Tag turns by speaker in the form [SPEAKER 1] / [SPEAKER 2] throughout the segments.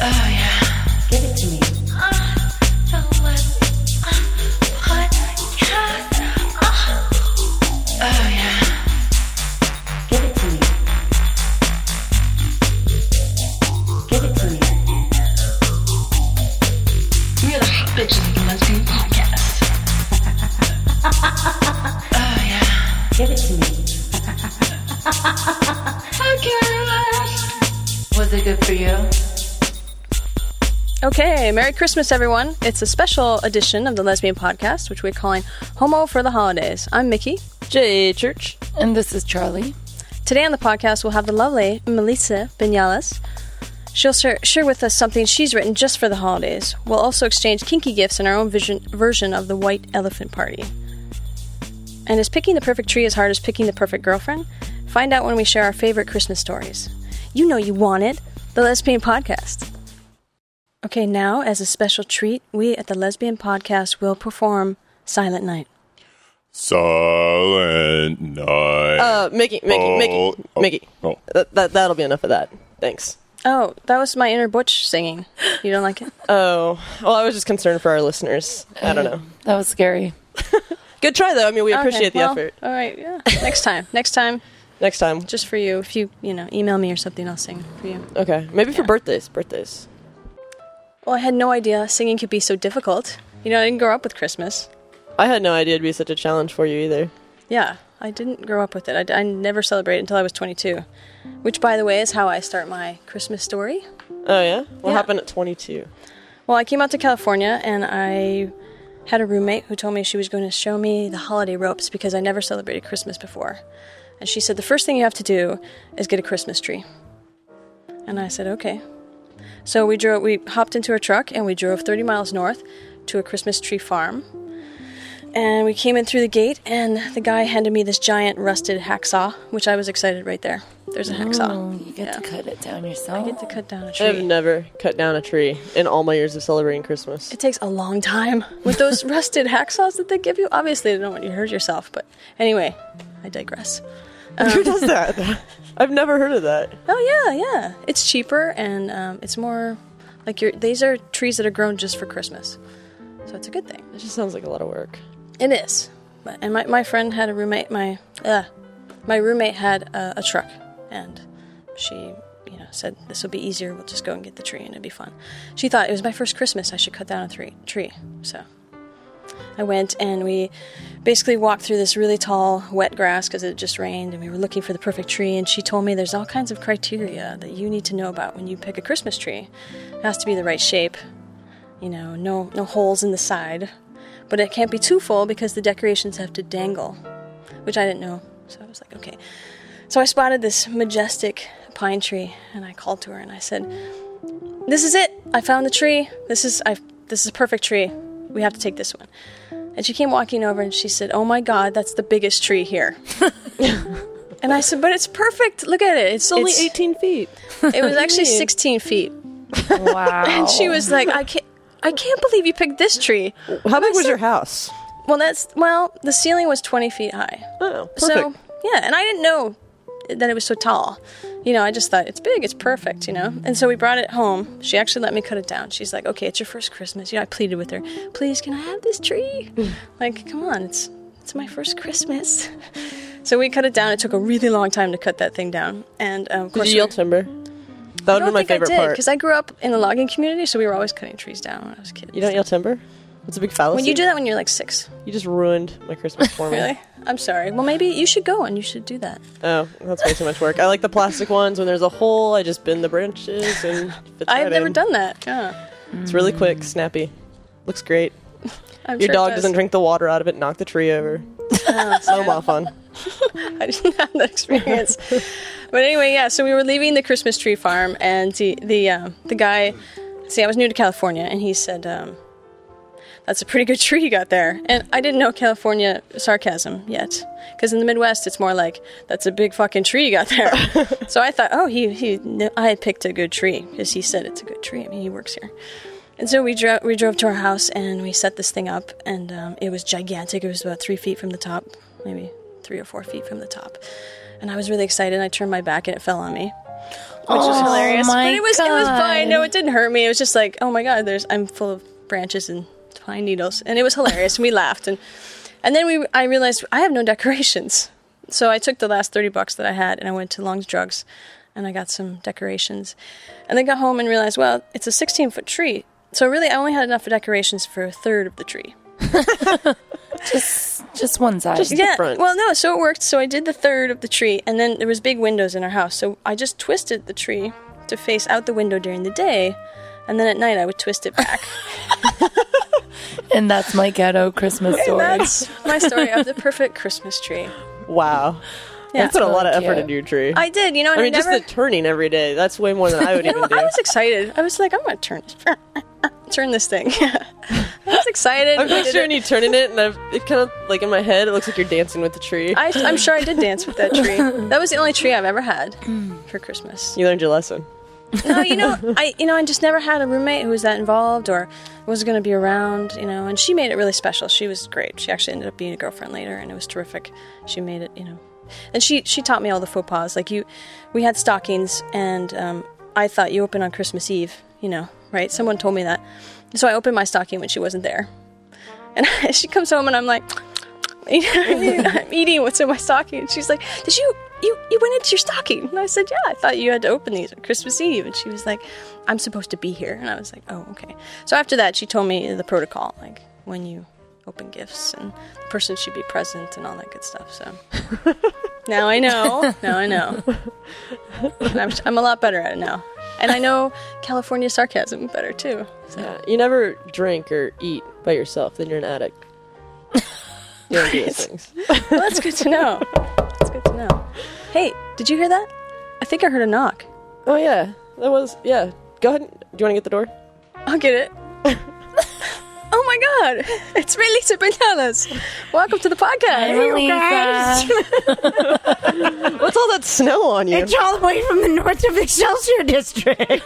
[SPEAKER 1] Oh, Oh, Oh, Was it good for you?
[SPEAKER 2] Okay, Merry Christmas, everyone. It's a special edition of the Lesbian Podcast, which we're calling Homo for the Holidays. I'm Mickey. J. Church.
[SPEAKER 3] And this is Charlie.
[SPEAKER 2] Today on the podcast, we'll have the lovely Melissa Benales. She'll share, share with us something she's written just for the holidays. We'll also exchange kinky gifts and our own vision, version of the white elephant party. And is picking the perfect tree as hard as picking the perfect girlfriend? Find out when we share our favorite Christmas stories. You know you want it. The Lesbian Podcast. Okay, now, as a special treat, we at the Lesbian Podcast will perform Silent Night.
[SPEAKER 4] Silent night.
[SPEAKER 5] Uh, Mickey, Mickey,
[SPEAKER 4] Oh,
[SPEAKER 5] Mickey,
[SPEAKER 4] oh,
[SPEAKER 5] Mickey.
[SPEAKER 4] oh.
[SPEAKER 5] That, that that'll be enough of that. Thanks.
[SPEAKER 2] Oh, that was my inner Butch singing. You don't like it?
[SPEAKER 5] Oh, well, I was just concerned for our listeners. I don't know.
[SPEAKER 3] That was scary.
[SPEAKER 5] Good try though. I mean, we appreciate
[SPEAKER 2] Okay,
[SPEAKER 5] the
[SPEAKER 2] well,
[SPEAKER 5] effort.
[SPEAKER 2] All right, yeah. Next time. Next time,
[SPEAKER 5] Next time,
[SPEAKER 2] just for you. If you, you know, email me or something, I'll sing for you.
[SPEAKER 5] okay. Maybe for birthdays, birthdays.
[SPEAKER 2] Well, I had no idea singing could be so difficult. You know, I didn't grow up with Christmas.
[SPEAKER 5] I had no idea it'd be such a challenge for you either.
[SPEAKER 2] Yeah, I didn't grow up with it. I, I never celebrated until I was 22, which, by the way, is how I start my Christmas story.
[SPEAKER 5] Oh yeah. What
[SPEAKER 2] Yeah.
[SPEAKER 5] happened at 22?
[SPEAKER 2] Well, I came out to California and I had a roommate who told me she was going to show me the holiday ropes because I never celebrated Christmas before. And she said, The first thing you have to do is get a Christmas tree. And I said, Okay. So we drove, we hopped into a truck and we drove 30 miles north to a Christmas tree farm. And we came in through the gate and the guy handed me this giant rusted hacksaw, which I was excited right there. There's a hacksaw.
[SPEAKER 3] Oh, You get to cut it down yourself.
[SPEAKER 2] I get to cut down a tree.
[SPEAKER 5] I've never cut down a tree in all my years of celebrating Christmas.
[SPEAKER 2] It takes a long time with those rusted hacksaws that they give you. Obviously, they don't want you to hurt yourself, but anyway, I digress.
[SPEAKER 5] Who
[SPEAKER 2] um,
[SPEAKER 5] does that? I've never heard of that.
[SPEAKER 2] Oh yeah, yeah, it's cheaper and um, it's more like your. These are trees that are grown just for Christmas, so it's a good thing.
[SPEAKER 5] That just sounds like a lot of work.
[SPEAKER 2] It is. But, and my, my friend had a roommate. My uh, my roommate had a, a truck, and she you know said this will be easier. We'll just go and get the tree, and it'd be fun. She thought it was my first Christmas. I should cut down a tree. Tree. So I went, and we basically walked through this really tall wet grass because it just rained, and we were looking for the perfect tree. And she told me there's all kinds of criteria that you need to know about when you pick a Christmas tree. It has to be the right shape. You know, no no holes in the side but it can't be too full because the decorations have to dangle, which I didn't know. So I was like, okay. So I spotted this majestic pine tree and I called to her and I said, "This is it. I found the tree. This is I this is a perfect tree. We have to take this one." And she came walking over and she said, "Oh my god, that's the biggest tree here." and I said, "But it's perfect. Look at it. It's,
[SPEAKER 5] It's only
[SPEAKER 2] it's-
[SPEAKER 5] 18 feet.
[SPEAKER 2] It was actually 16 feet."
[SPEAKER 3] Wow.
[SPEAKER 2] And she was like, "I can't I can't believe you picked this tree."
[SPEAKER 5] How big was your house?
[SPEAKER 2] Well, that's well, the ceiling was 20 feet high.
[SPEAKER 5] Oh, perfect.
[SPEAKER 2] So yeah, and I didn't know that it was so tall. You know, I just thought it's big, it's perfect, you know. And so we brought it home. She actually let me cut it down. She's like, "Okay, it's your first Christmas." You know, I pleaded with her, "Please, can I have this tree?"
[SPEAKER 5] Mm.
[SPEAKER 2] like, come on, it's it's my first Christmas. so we cut it down. It took a really long time to cut that thing down, and um, of
[SPEAKER 5] Did
[SPEAKER 2] course,
[SPEAKER 5] you yell timber? That would
[SPEAKER 2] I don't
[SPEAKER 5] have been my
[SPEAKER 2] think I
[SPEAKER 5] favorite
[SPEAKER 2] did
[SPEAKER 5] part.
[SPEAKER 2] because I grew up in a logging community, so we were always cutting trees down when I was a kid.
[SPEAKER 5] You don't yell timber? It's a big fallacy.
[SPEAKER 2] when you do that when you're like six,
[SPEAKER 5] You just ruined my Christmas for me.
[SPEAKER 2] really? I'm sorry. Well, maybe you should go and you should do that.
[SPEAKER 5] Oh, that's way too much work. I like the plastic ones. When there's a hole, I just bend the branches and fits
[SPEAKER 2] I
[SPEAKER 5] right
[SPEAKER 2] have never
[SPEAKER 5] in.
[SPEAKER 2] done that. Yeah.
[SPEAKER 5] It's really quick, snappy. Looks great.
[SPEAKER 2] I'm
[SPEAKER 5] Your
[SPEAKER 2] sure it
[SPEAKER 5] dog
[SPEAKER 2] does.
[SPEAKER 5] doesn't drink the water out of it. Knock the tree over. so much fun.
[SPEAKER 2] I didn't have that experience. but anyway, yeah. So we were leaving the Christmas tree farm, and the the uh, the guy. See, I was new to California, and he said, um, "That's a pretty good tree you got there." And I didn't know California sarcasm yet, because in the Midwest, it's more like, "That's a big fucking tree you got there." so I thought, "Oh, he he, kn- I had picked a good tree because he said it's a good tree. I mean, he works here." And so we drove we drove to our house and we set this thing up and um, it was gigantic. It was about three feet from the top, maybe three or four feet from the top. And I was really excited. I turned my back and it fell on me, which was hilarious.
[SPEAKER 3] Oh my
[SPEAKER 2] but it was it was fine.
[SPEAKER 3] God.
[SPEAKER 2] No, it didn't hurt me. It was just like, oh my god, there's I'm full of branches and pine needles, and it was hilarious. and we laughed and and then we I realized I have no decorations. So I took the last 30 bucks that I had and I went to Long's Drugs and I got some decorations. And then got home and realized, well, it's a 16 foot tree. So really, I only had enough for decorations for a third of the tree.
[SPEAKER 3] just one side.
[SPEAKER 5] Just- the
[SPEAKER 2] yeah.
[SPEAKER 5] front.
[SPEAKER 2] Well, no, so it worked. So I did the third of the tree and then there was big windows in our house. So I just twisted the tree to face out the window during the day, and then at night I would twist it back.
[SPEAKER 3] And that's my ghetto Christmas
[SPEAKER 2] And
[SPEAKER 3] story.
[SPEAKER 2] that's my story of the perfect Christmas tree.
[SPEAKER 5] Wow.
[SPEAKER 2] Yeah.
[SPEAKER 5] you put a lot of
[SPEAKER 3] really
[SPEAKER 5] effort
[SPEAKER 3] cute.
[SPEAKER 5] into your tree.
[SPEAKER 2] I did, you know, and
[SPEAKER 5] I mean,
[SPEAKER 2] I
[SPEAKER 5] just
[SPEAKER 2] never.
[SPEAKER 5] the turning every day. That's way more than I would
[SPEAKER 2] you know,
[SPEAKER 5] even do.
[SPEAKER 2] I was excited. I was like, I'm gonna turn turn this thing. I was excited.
[SPEAKER 5] I'm
[SPEAKER 2] We did
[SPEAKER 5] picturing
[SPEAKER 2] it.
[SPEAKER 5] you turning it, and I've, it kind of like in my head, it looks like you're dancing with the tree.
[SPEAKER 2] I, I'm sure I did dance with that tree. That was the only tree I've ever had for Christmas.
[SPEAKER 5] you learned your lesson.
[SPEAKER 2] No, you know, I you know, I just never had a roommate who was that involved or was going to be around, you know. And she made it really special. She was great. She actually ended up being a girlfriend later, and it was terrific. She made it, you know. And she she taught me all the faux pas. Like you, we had stockings, and um, I thought you open on Christmas Eve, you know, right? Someone told me that, so I opened my stocking when she wasn't there, and she comes home, and I'm like. You know what I mean? I'm eating what's in my stocking. And she's like, Did you, you, you went into your stocking? And I said, Yeah, I thought you had to open these on Christmas Eve. And she was like, I'm supposed to be here. And I was like, Oh, okay. So after that, she told me the protocol, like when you open gifts and the person should be present and all that good stuff. So now I know. Now I know. And I'm, I'm a lot better at it now. And I know California sarcasm better too.
[SPEAKER 5] Yeah. Uh, You never drink or eat by yourself, then you're an addict. You don't do those things.
[SPEAKER 2] Well, that's good to know. That's good to know. Hey, did you hear that? I think I heard a knock.
[SPEAKER 5] Oh, yeah. That was, yeah. Go ahead. and- Do you want to get the door?
[SPEAKER 2] I'll get it. oh my god, it's Melissa Bananas. Welcome to the podcast.
[SPEAKER 3] Melissa.
[SPEAKER 1] guys.
[SPEAKER 5] What's all that snow on you?
[SPEAKER 1] It's all the way from the north of Excelsior District.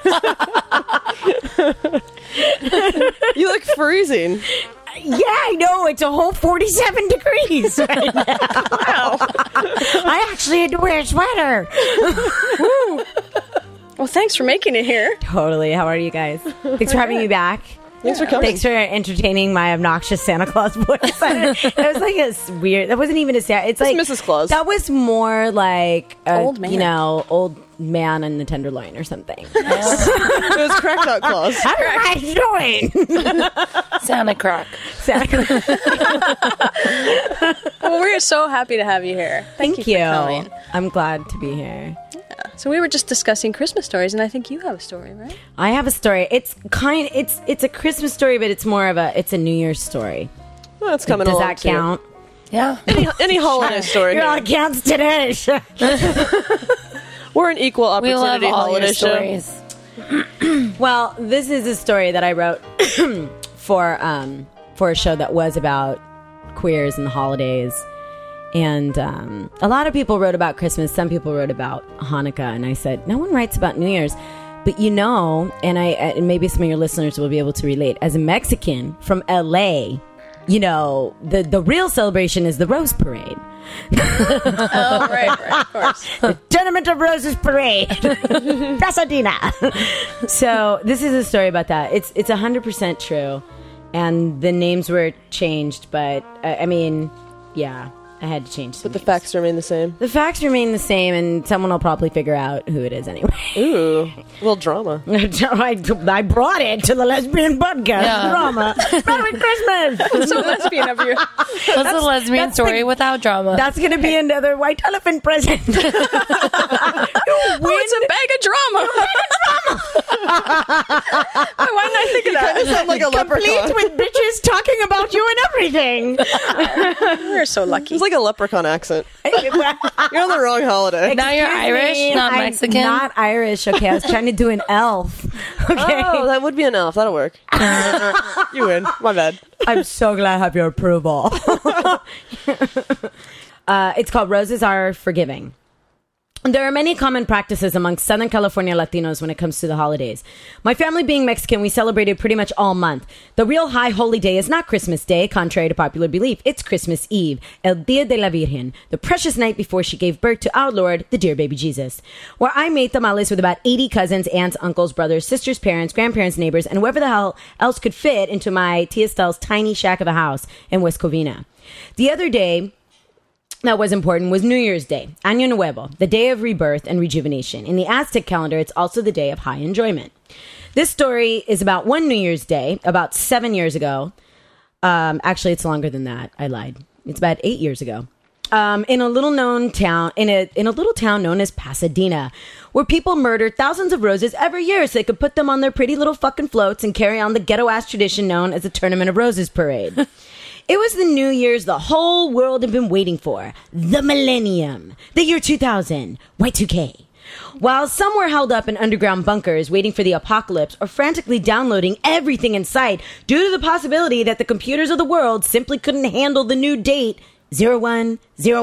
[SPEAKER 5] You look freezing.
[SPEAKER 1] yeah, I know. It's a whole 47 degrees right now. I actually had to wear a sweater.
[SPEAKER 2] Well, thanks for making it here.
[SPEAKER 1] Totally. How are you guys? Thanks for having me back.
[SPEAKER 5] Thanks for coming.
[SPEAKER 1] Thanks for entertaining my obnoxious Santa Claus voice. that was like a s- weird. That wasn't even a Santa. It's like
[SPEAKER 5] Mrs. Claus.
[SPEAKER 1] That was more like a,
[SPEAKER 2] Old man.
[SPEAKER 1] You know, old man on the tenderloin or something.
[SPEAKER 5] It was cracked out claws.
[SPEAKER 1] How are you guys doing?
[SPEAKER 3] Santa Croc.
[SPEAKER 1] Santa Claus.
[SPEAKER 2] Well, we're so happy to have you here. Thank,
[SPEAKER 1] Thank
[SPEAKER 2] you.
[SPEAKER 1] you.
[SPEAKER 2] For coming.
[SPEAKER 1] I'm glad to be here.
[SPEAKER 2] So we were just discussing Christmas stories, and I think you have a story, right?
[SPEAKER 1] I have a story. It's kind. It's it's a Christmas story, but it's more of a it's a New Year's story.
[SPEAKER 5] Well, it's coming
[SPEAKER 1] Does
[SPEAKER 5] along,
[SPEAKER 1] that
[SPEAKER 5] too.
[SPEAKER 1] count?
[SPEAKER 3] Yeah.
[SPEAKER 5] Any, any holiday story.
[SPEAKER 1] It all
[SPEAKER 5] here.
[SPEAKER 1] counts today.
[SPEAKER 5] We're an equal
[SPEAKER 3] We love
[SPEAKER 5] opportunity
[SPEAKER 3] all
[SPEAKER 5] holiday
[SPEAKER 3] your
[SPEAKER 5] show.
[SPEAKER 3] stories.
[SPEAKER 1] well, this is a story that I wrote for um for a show that was about queers and the holidays, and um, a lot of people wrote about Christmas. Some people wrote about Hanukkah, and I said no one writes about New Year's. But you know, and I uh, and maybe some of your listeners will be able to relate. As a Mexican from LA, you know the the real celebration is the Rose Parade.
[SPEAKER 2] Oh, right, right, of course.
[SPEAKER 1] Tournament of Roses Parade, Pasadena. so this is a story about that. It's it's hundred percent true, and the names were changed, but uh, I mean, yeah, I had to change. Some
[SPEAKER 5] The
[SPEAKER 1] names.
[SPEAKER 5] facts remain the same.
[SPEAKER 1] the facts remain the same, and someone will probably figure out who it is anyway.
[SPEAKER 5] Ooh, a little drama.
[SPEAKER 1] I, I brought it to the lesbian podcast
[SPEAKER 3] Yeah.
[SPEAKER 1] drama. Merry Christmas.
[SPEAKER 2] So lesbian of you.
[SPEAKER 3] That's, a lesbian
[SPEAKER 1] that's
[SPEAKER 3] story
[SPEAKER 1] the-
[SPEAKER 3] without drama.
[SPEAKER 1] That's gonna be another white elephant present. You
[SPEAKER 2] Oh, it's a bag of drama. Why didn't I think of that?
[SPEAKER 5] It's not like a leprechaun.
[SPEAKER 1] complete with bitches talking about you and everything.
[SPEAKER 2] We're so lucky.
[SPEAKER 5] It's like a leprechaun accent. You're on the wrong holiday.
[SPEAKER 3] Now you're
[SPEAKER 1] Excuse
[SPEAKER 3] Irish,
[SPEAKER 1] me,
[SPEAKER 3] not
[SPEAKER 1] I'm
[SPEAKER 3] Mexican.
[SPEAKER 1] Not Irish. Okay, I was trying to do an elf. Okay,
[SPEAKER 5] Oh, that would be enough. That'll work. you win. My bad.
[SPEAKER 1] I'm so glad I have your approval. uh, it's called Roses Are Forgiving. There are many common practices among Southern California Latinos when it comes to the holidays. My family being Mexican, we celebrated pretty much all month. The real high holy day is not Christmas Day, contrary to popular belief. It's Christmas Eve, El Dia de la Virgen, the precious night before she gave birth to our Lord, the dear baby Jesus. Where I made tamales with about 80 cousins, aunts, uncles, brothers, sisters, parents, grandparents, neighbors, and whoever the hell else could fit into my Tia Stell's tiny shack of a house in West Covina. The other day, that was important was New Year's Day, Año Nuevo, the day of rebirth and rejuvenation. In the Aztec calendar, it's also the day of high enjoyment. This story is about one New Year's Day, about seven years ago. Um, actually, it's longer than that. I lied. It's about eight years ago. um, in a little known town in a in a little town known as Pasadena, where people murder thousands of roses every year so they could put them on their pretty little fucking floats and carry on the ghetto ass tradition known as the Tournament of Roses parade. it was the New Year's the whole world had been waiting for, the millennium, the year 2000, Y2K. While some were held up in underground bunkers waiting for the apocalypse or frantically downloading everything in sight due to the possibility that the computers of the world simply couldn't handle the new date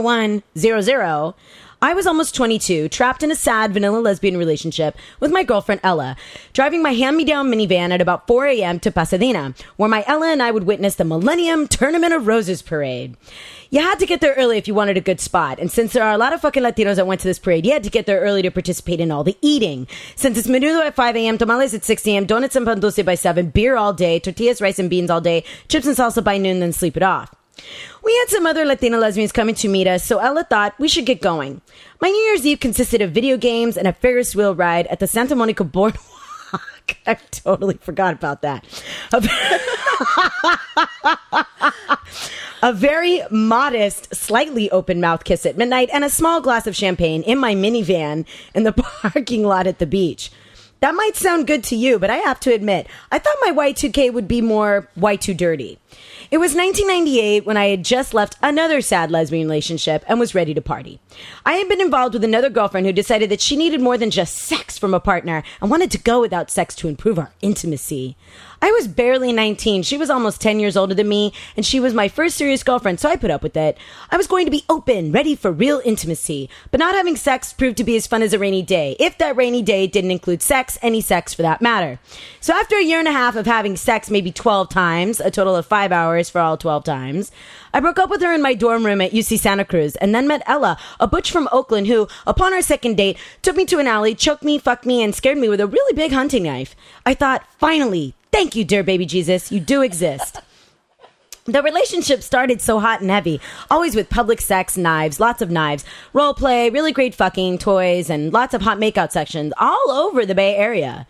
[SPEAKER 1] 010100, I was almost 22, trapped in a sad vanilla lesbian relationship with my girlfriend Ella, driving my hand me down minivan at about 4 a.m. to Pasadena, where my Ella and I would witness the Millennium Tournament of Roses parade. You had to get there early if you wanted a good spot. And since there are a lot of fucking Latinos that went to this parade, you had to get there early to participate in all the eating. Since it's menudo at 5 a.m., tamales at 6 a.m., donuts and pan dulce by 7, beer all day, tortillas, rice, and beans all day, chips and salsa by noon, then sleep it off. We had some other Latina lesbians coming to meet us, so Ella thought we should get going. My New Year's Eve consisted of video games and a Ferris wheel ride at the Santa Monica Boardwalk. I totally forgot about that. A very modest, slightly open mouth kiss at midnight, and a small glass of champagne in my minivan in the parking lot at the beach. That might sound good to you, but I have to admit, I thought my Y2K would be more Y2 dirty. It was 1998 when I had just left another sad lesbian relationship and was ready to party. I had been involved with another girlfriend who decided that she needed more than just sex from a partner and wanted to go without sex to improve our intimacy. I was barely 19. She was almost 10 years older than me, and she was my first serious girlfriend, so I put up with it. I was going to be open, ready for real intimacy, but not having sex proved to be as fun as a rainy day, if that rainy day didn't include sex, any sex for that matter. So after a year and a half of having sex maybe 12 times, a total of five hours for all 12 times, I broke up with her in my dorm room at UC Santa Cruz and then met Ella, a butch from Oakland who, upon our second date, took me to an alley, choked me, fucked me, and scared me with a really big hunting knife. I thought, finally, thank you, dear baby Jesus, you do exist. The relationship started so hot and heavy, always with public sex, knives, lots of knives, role play, really great fucking, toys, and lots of hot makeout sections all over the Bay Area.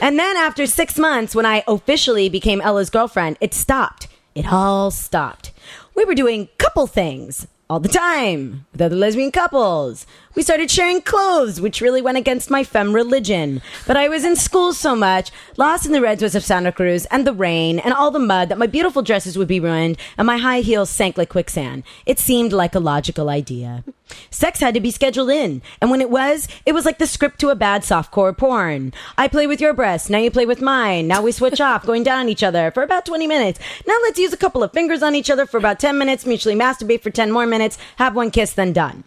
[SPEAKER 1] And then after six months, when I officially became Ella's girlfriend, it stopped. It all stopped. We were doing couple things all the time with other lesbian couples. We started sharing clothes, which really went against my femme religion. But I was in school so much, lost in the red twists of Santa Cruz and the rain and all the mud that my beautiful dresses would be ruined and my high heels sank like quicksand. It seemed like a logical idea. Sex had to be scheduled in, and when it was, it was like the script to a bad softcore porn. I play with your breasts, now you play with mine. Now we switch off, going down on each other for about 20 minutes. Now let's use a couple of fingers on each other for about 10 minutes, mutually masturbate for 10 more minutes, have one kiss, then done.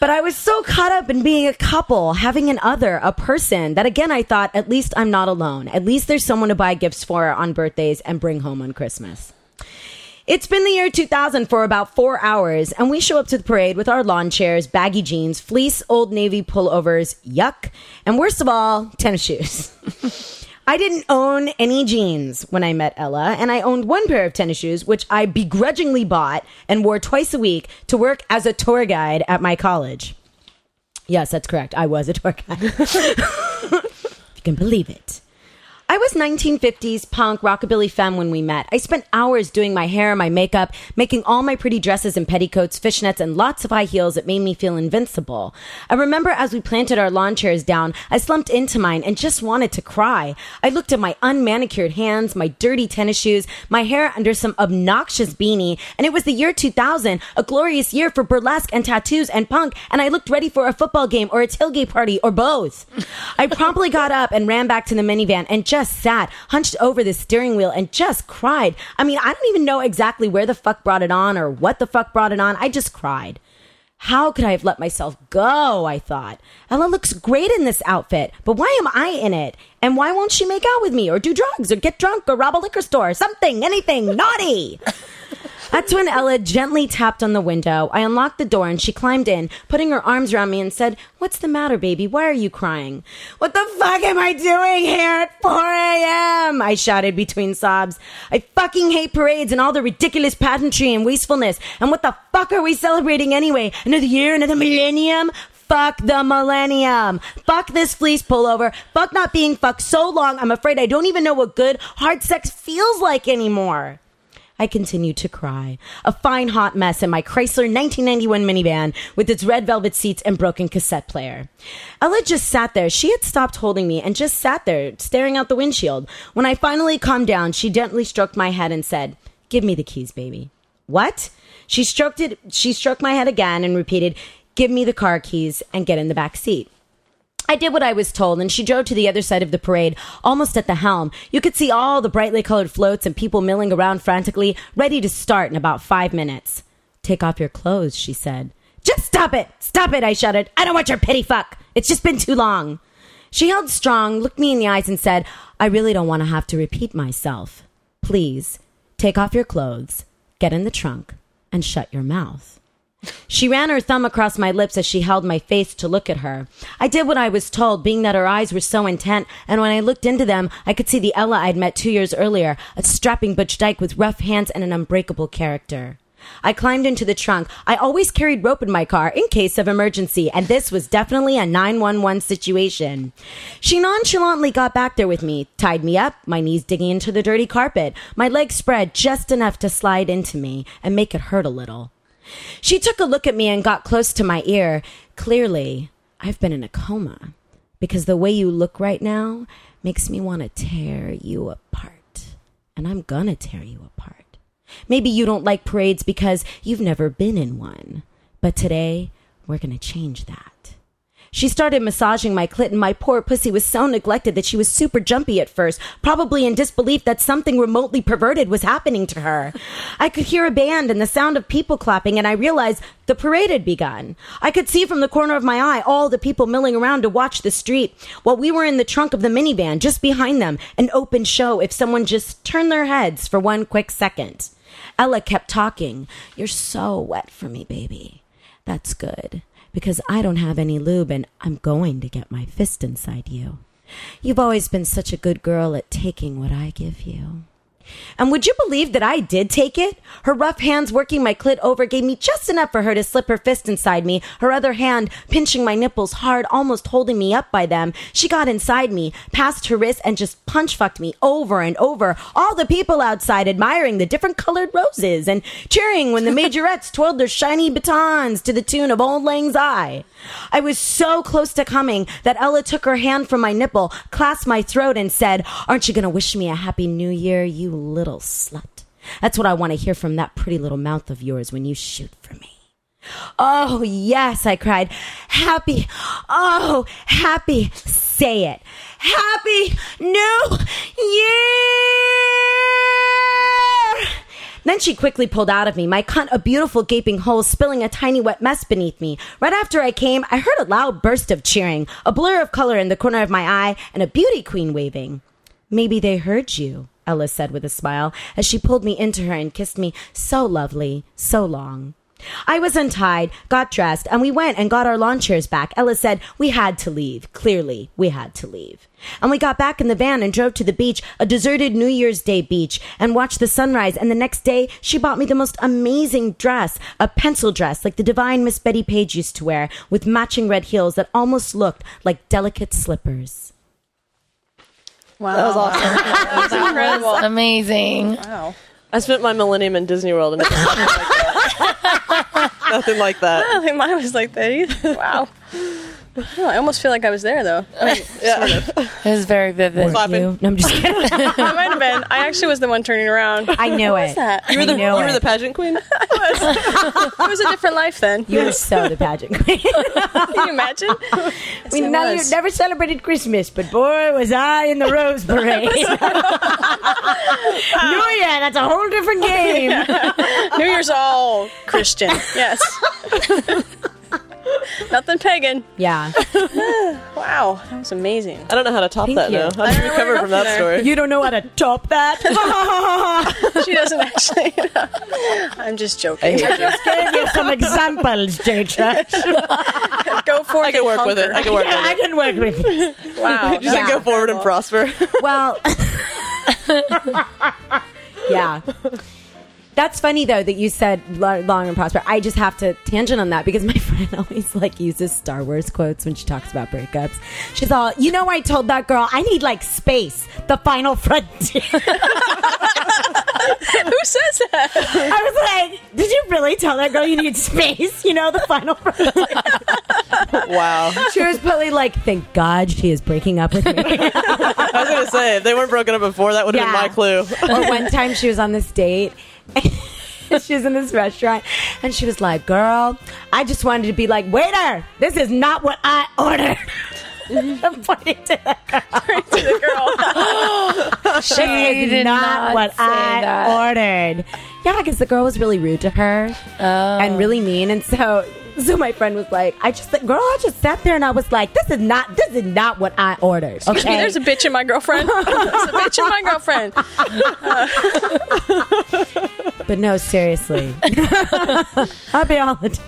[SPEAKER 1] But I was so caught up in being a couple, having an other, a person, that again I thought, at least I'm not alone. At least there's someone to buy gifts for on birthdays and bring home on Christmas. It's been the year 2000 for about four hours, and we show up to the parade with our lawn chairs, baggy jeans, fleece, old navy pullovers, yuck, and worst of all, tennis shoes. I didn't own any jeans when I met Ella, and I owned one pair of tennis shoes, which I begrudgingly bought and wore twice a week to work as a tour guide at my college. Yes, that's correct. I was a tour guide. you can believe it. I was 1950s punk rockabilly femme when we met. I spent hours doing my hair, my makeup, making all my pretty dresses and petticoats, fishnets, and lots of high heels that made me feel invincible. I remember as we planted our lawn chairs down, I slumped into mine and just wanted to cry. I looked at my unmanicured hands, my dirty tennis shoes, my hair under some obnoxious beanie, and it was the year 2000, a glorious year for burlesque and tattoos and punk, and I looked ready for a football game or a tailgate party or both. I promptly got up and ran back to the minivan and just sat hunched over the steering wheel and just cried. I mean, I don't even know exactly where the fuck brought it on or what the fuck brought it on. I just cried. How could I have let myself go? I thought. Ella looks great in this outfit, but why am I in it? And why won't she make out with me or do drugs or get drunk or rob a liquor store? Something, anything, naughty. That's when Ella gently tapped on the window. I unlocked the door and she climbed in, putting her arms around me and said, What's the matter, baby? Why are you crying? What the fuck am I doing here at 4 a.m.? I shouted between sobs. I fucking hate parades and all the ridiculous pageantry and wastefulness. And what the fuck are we celebrating anyway? Another year, another millennium? Fuck the millennium. Fuck this fleece pullover. Fuck not being fucked so long. I'm afraid I don't even know what good hard sex feels like anymore. I continued to cry. A fine hot mess in my Chrysler 1991 minivan with its red velvet seats and broken cassette player. Ella just sat there. She had stopped holding me and just sat there, staring out the windshield. When I finally calmed down, she gently stroked my head and said, Give me the keys, baby. What? She stroked it she stroked my head again and repeated, Give me the car keys and get in the back seat. I did what I was told, and she drove to the other side of the parade, almost at the helm. You could see all the brightly colored floats and people milling around frantically, ready to start in about five minutes. Take off your clothes, she said. Just stop it! Stop it, I shouted. I don't want your pity fuck! It's just been too long. She held strong, looked me in the eyes, and said, I really don't want to have to repeat myself. Please, take off your clothes, get in the trunk, and shut your mouth. She ran her thumb across my lips as she held my face to look at her. I did what I was told, being that her eyes were so intent, and when I looked into them, I could see the Ella I'd met two years earlier, a strapping butch dyke with rough hands and an unbreakable character. I climbed into the trunk. I always carried rope in my car in case of emergency, and this was definitely a 911 situation. She nonchalantly got back there with me, tied me up, my knees digging into the dirty carpet, my legs spread just enough to slide into me and make it hurt a little. She took a look at me and got close to my ear. Clearly, I've been in a coma because the way you look right now makes me want to tear you apart. And I'm gonna tear you apart. Maybe you don't like parades because you've never been in one. But today, we're gonna change that. She started massaging my clit, and my poor pussy was so neglected that she was super jumpy at first, probably in disbelief that something remotely perverted was happening to her. I could hear a band and the sound of people clapping, and I realized the parade had begun. I could see from the corner of my eye all the people milling around to watch the street, while we were in the trunk of the minivan just behind them, an open show if someone just turned their heads for one quick second. Ella kept talking. You're so wet for me, baby. That's good because I don't have any lube and I'm going to get my fist inside you. You've always been such a good girl at taking what I give you. And would you believe that I did take it? Her rough hands working my clit over gave me just enough for her to slip her fist inside me, her other hand pinching my nipples hard, almost holding me up by them. She got inside me, passed her wrist, and just punch fucked me over and over. All the people outside admiring the different colored roses and cheering when the majorettes twirled their shiny batons to the tune of Old Lang Syne. I was so close to coming that Ella took her hand from my nipple, clasped my throat, and said, Aren't you going to wish me a happy new year, you little slut? That's what I want to hear from that pretty little mouth of yours when you shoot for me. Oh, yes, I cried. Happy. Oh, happy. Say it. Happy New Year! Then she quickly pulled out of me, my cunt a beautiful gaping hole, spilling a tiny wet mess beneath me. Right after I came, I heard a loud burst of cheering, a blur of color in the corner of my eye, and a beauty queen waving. Maybe they heard you, Ella said with a smile as she pulled me into her and kissed me so lovely, so long. I was untied, got dressed, and we went and got our lawn chairs back. Ella said we had to leave. Clearly, we had to leave. And we got back in the van and drove to the beach, a deserted New Year's Day beach, and watched the sunrise. And the next day, she bought me the most amazing dress, a pencil dress like the divine Miss Betty Page used to wear, with matching red heels that almost looked like delicate slippers.
[SPEAKER 2] Wow. That was awesome. that was incredible.
[SPEAKER 3] Amazing.
[SPEAKER 2] Wow.
[SPEAKER 5] I spent my millennium in Disney World and nothing like that. nothing like
[SPEAKER 2] I
[SPEAKER 5] that.
[SPEAKER 2] don't think mine was like that either. Wow. No, I almost feel like I was there though. I mean,
[SPEAKER 5] Yeah.
[SPEAKER 3] It was very vivid.
[SPEAKER 5] Clapping.
[SPEAKER 1] You? No, I'm just kidding.
[SPEAKER 2] I might have been. I actually was the one turning around. What
[SPEAKER 1] I knew it.
[SPEAKER 2] was that?
[SPEAKER 5] You were the
[SPEAKER 1] I
[SPEAKER 5] you
[SPEAKER 1] know
[SPEAKER 5] were
[SPEAKER 1] it.
[SPEAKER 5] the pageant queen.
[SPEAKER 2] It was a different life then.
[SPEAKER 1] You were so the pageant queen.
[SPEAKER 2] Can you imagine?
[SPEAKER 1] we
[SPEAKER 2] it
[SPEAKER 1] never,
[SPEAKER 2] was.
[SPEAKER 1] never celebrated Christmas, but boy, was I in the Rose Parade. New Year, that's a whole different game.
[SPEAKER 2] New Year's all Christian. Yes. Nothing pagan.
[SPEAKER 1] Yeah.
[SPEAKER 2] Wow, that was amazing.
[SPEAKER 5] I don't know how to top
[SPEAKER 1] Thank
[SPEAKER 5] that
[SPEAKER 1] you.
[SPEAKER 5] now. How did you
[SPEAKER 2] don't know
[SPEAKER 5] recover
[SPEAKER 2] where
[SPEAKER 5] from
[SPEAKER 2] to go from
[SPEAKER 5] that story?
[SPEAKER 1] You don't know how to top that?
[SPEAKER 2] She doesn't actually. I'm just
[SPEAKER 5] I
[SPEAKER 2] joking.
[SPEAKER 5] hate you.
[SPEAKER 1] Give you some examples, J Trash.
[SPEAKER 2] Go for it.
[SPEAKER 5] I can
[SPEAKER 2] and
[SPEAKER 5] work with it.
[SPEAKER 2] conquer.
[SPEAKER 5] I can work with it.
[SPEAKER 1] I can work with you.
[SPEAKER 2] Wow.
[SPEAKER 5] Just like
[SPEAKER 1] Yeah.
[SPEAKER 5] go forward and prosper.
[SPEAKER 1] Well, yeah. That's funny though that you said lo- long and prosper. I just have to tangent on that because my friend always like uses Star Wars quotes when she talks about breakups. She's all, you know, I told that girl I need like space, the final frontier.
[SPEAKER 2] Who says that?
[SPEAKER 1] I was like, did you really tell that girl you need space? You know, the final frontier.
[SPEAKER 5] Wow.
[SPEAKER 1] She was probably like, thank God she is breaking up with me.
[SPEAKER 5] I was gonna say if they weren't broken up before, that would have
[SPEAKER 1] Yeah.
[SPEAKER 5] been my clue.
[SPEAKER 1] or one time she was on this date. she was in this restaurant and she was like, Girl, I just wanted to be like, Waiter, this is not what I ordered. I'm pointing to that girl.
[SPEAKER 3] She
[SPEAKER 1] This is
[SPEAKER 3] did
[SPEAKER 1] not, what
[SPEAKER 3] say
[SPEAKER 1] I
[SPEAKER 3] that.
[SPEAKER 1] ordered. Yeah, because the girl was really rude to her and really mean. And so. So my friend was like, I just, girl, I just sat there and I was like, this is not, this is not what I ordered.
[SPEAKER 2] Excuse me,
[SPEAKER 1] okay?
[SPEAKER 2] there's a bitch in my girlfriend. there's a bitch in my girlfriend.
[SPEAKER 1] But no, seriously, happy holidays.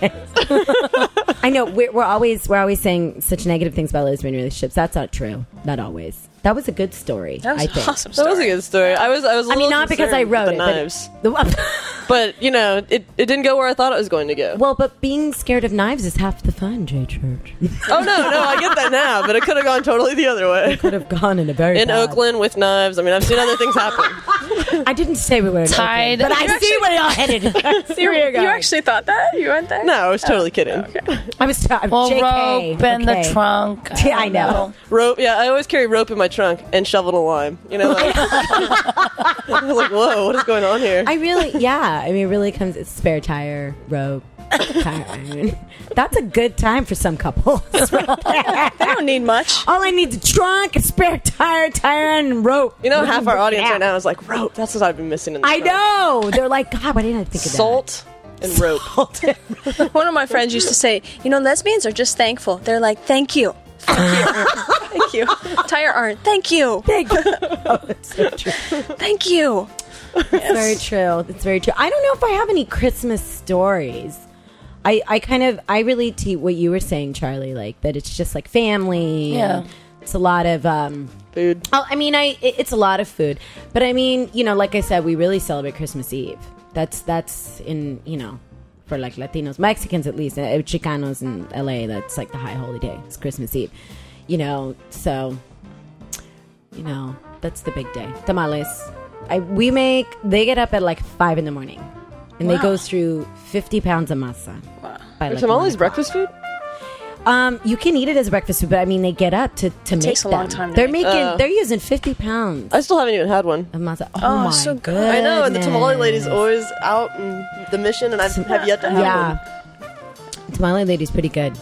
[SPEAKER 1] I know we're, we're always we're always saying such negative things about lesbian relationships. That's not true. Not always. That was a good story.
[SPEAKER 2] That was
[SPEAKER 1] I
[SPEAKER 2] an
[SPEAKER 1] think.
[SPEAKER 2] awesome
[SPEAKER 5] That
[SPEAKER 2] story.
[SPEAKER 5] was a good story. I was I was. a
[SPEAKER 1] I mean,
[SPEAKER 5] little
[SPEAKER 1] not because I
[SPEAKER 5] concerned
[SPEAKER 1] wrote
[SPEAKER 5] with
[SPEAKER 1] it.
[SPEAKER 5] the
[SPEAKER 1] but-
[SPEAKER 5] knives,
[SPEAKER 1] The-
[SPEAKER 5] but you know, it, it didn't go where I thought it was going to go.
[SPEAKER 1] well, but being scared of knives is half the fun. Jay Church
[SPEAKER 5] oh no, no, I get that now, but it could have gone totally the other way.
[SPEAKER 1] could have gone in a very
[SPEAKER 5] In
[SPEAKER 1] bad-
[SPEAKER 5] Oakland with knives. I mean, I've seen other things happen.
[SPEAKER 1] I didn't say we were in
[SPEAKER 3] Tied.
[SPEAKER 1] Oakland, but I
[SPEAKER 2] You
[SPEAKER 1] see
[SPEAKER 2] actually-
[SPEAKER 1] where it all headed. I see
[SPEAKER 2] You,
[SPEAKER 1] where you're going.
[SPEAKER 2] you actually thought that? You went there?
[SPEAKER 5] No, I was
[SPEAKER 1] Oh,
[SPEAKER 5] totally kidding.
[SPEAKER 1] I was. i
[SPEAKER 3] Well,
[SPEAKER 1] JK.
[SPEAKER 3] rope and
[SPEAKER 1] Okay.
[SPEAKER 3] the trunk.
[SPEAKER 1] Yeah, I
[SPEAKER 3] don't
[SPEAKER 1] know.
[SPEAKER 5] Rope. Yeah, I always carry rope in my trunk and shovel a lime. You know, like, I was like, whoa, what is going on here?
[SPEAKER 1] I really, yeah. I mean, it really comes. It's spare tire, rope, tire iron. That's a good time for some couples. right there.
[SPEAKER 2] They don't need much.
[SPEAKER 1] All I need is a trunk, a spare tire, tire iron, and rope.
[SPEAKER 5] you know, half our audience
[SPEAKER 1] Yeah.
[SPEAKER 5] right now is like, rope. That's what I've been missing in the
[SPEAKER 1] I
[SPEAKER 5] trunk.
[SPEAKER 1] know. They're like, God, why didn't I think of that?
[SPEAKER 5] Salt and rope.
[SPEAKER 1] Salt.
[SPEAKER 2] One of my friends used to say, you know, lesbians are just thankful. They're like, thank you. Thank you. thank you. Tire aren't. Thank you.
[SPEAKER 1] Thank you. Oh, it's so true.
[SPEAKER 2] Thank you.
[SPEAKER 1] Very true. It's very true. I don't know if I have any Christmas stories. I, I kind of I relate to what you were saying, Charlie. Like that, it's just like family.
[SPEAKER 3] Yeah.
[SPEAKER 1] and it's a lot of um,
[SPEAKER 5] Food.
[SPEAKER 1] Oh, I mean, I it, it's a lot of food, but I mean, you know, like I said, we really celebrate Christmas Eve. That's that's in you know, for like Latinos, Mexicans at least, uh, Chicanos in LA. That's like the high holiday. It's Christmas Eve, you know. So, you know, that's the big day. Tamales. I we make. They get up at like five in the morning, and they
[SPEAKER 2] Wow.
[SPEAKER 1] goes through fifty pounds of masa.
[SPEAKER 2] Wow.
[SPEAKER 1] by,
[SPEAKER 5] Are
[SPEAKER 1] like,
[SPEAKER 5] tamales
[SPEAKER 1] one o'clock.
[SPEAKER 5] breakfast food?
[SPEAKER 1] Um, you can eat it as breakfast food, but I mean, they get up to to make
[SPEAKER 2] takes a
[SPEAKER 1] them.
[SPEAKER 2] long time to
[SPEAKER 1] they're
[SPEAKER 2] make
[SPEAKER 1] making.
[SPEAKER 5] Oh.
[SPEAKER 1] They're using fifty pounds.
[SPEAKER 5] I still haven't even had one.
[SPEAKER 1] A month. Oh,
[SPEAKER 2] Oh,
[SPEAKER 1] my
[SPEAKER 2] so good.
[SPEAKER 1] goodness.
[SPEAKER 5] I know, and the tamale lady's always out in the mission, and I have yet to have
[SPEAKER 1] Yeah.
[SPEAKER 5] one.
[SPEAKER 1] Tamale lady's pretty good.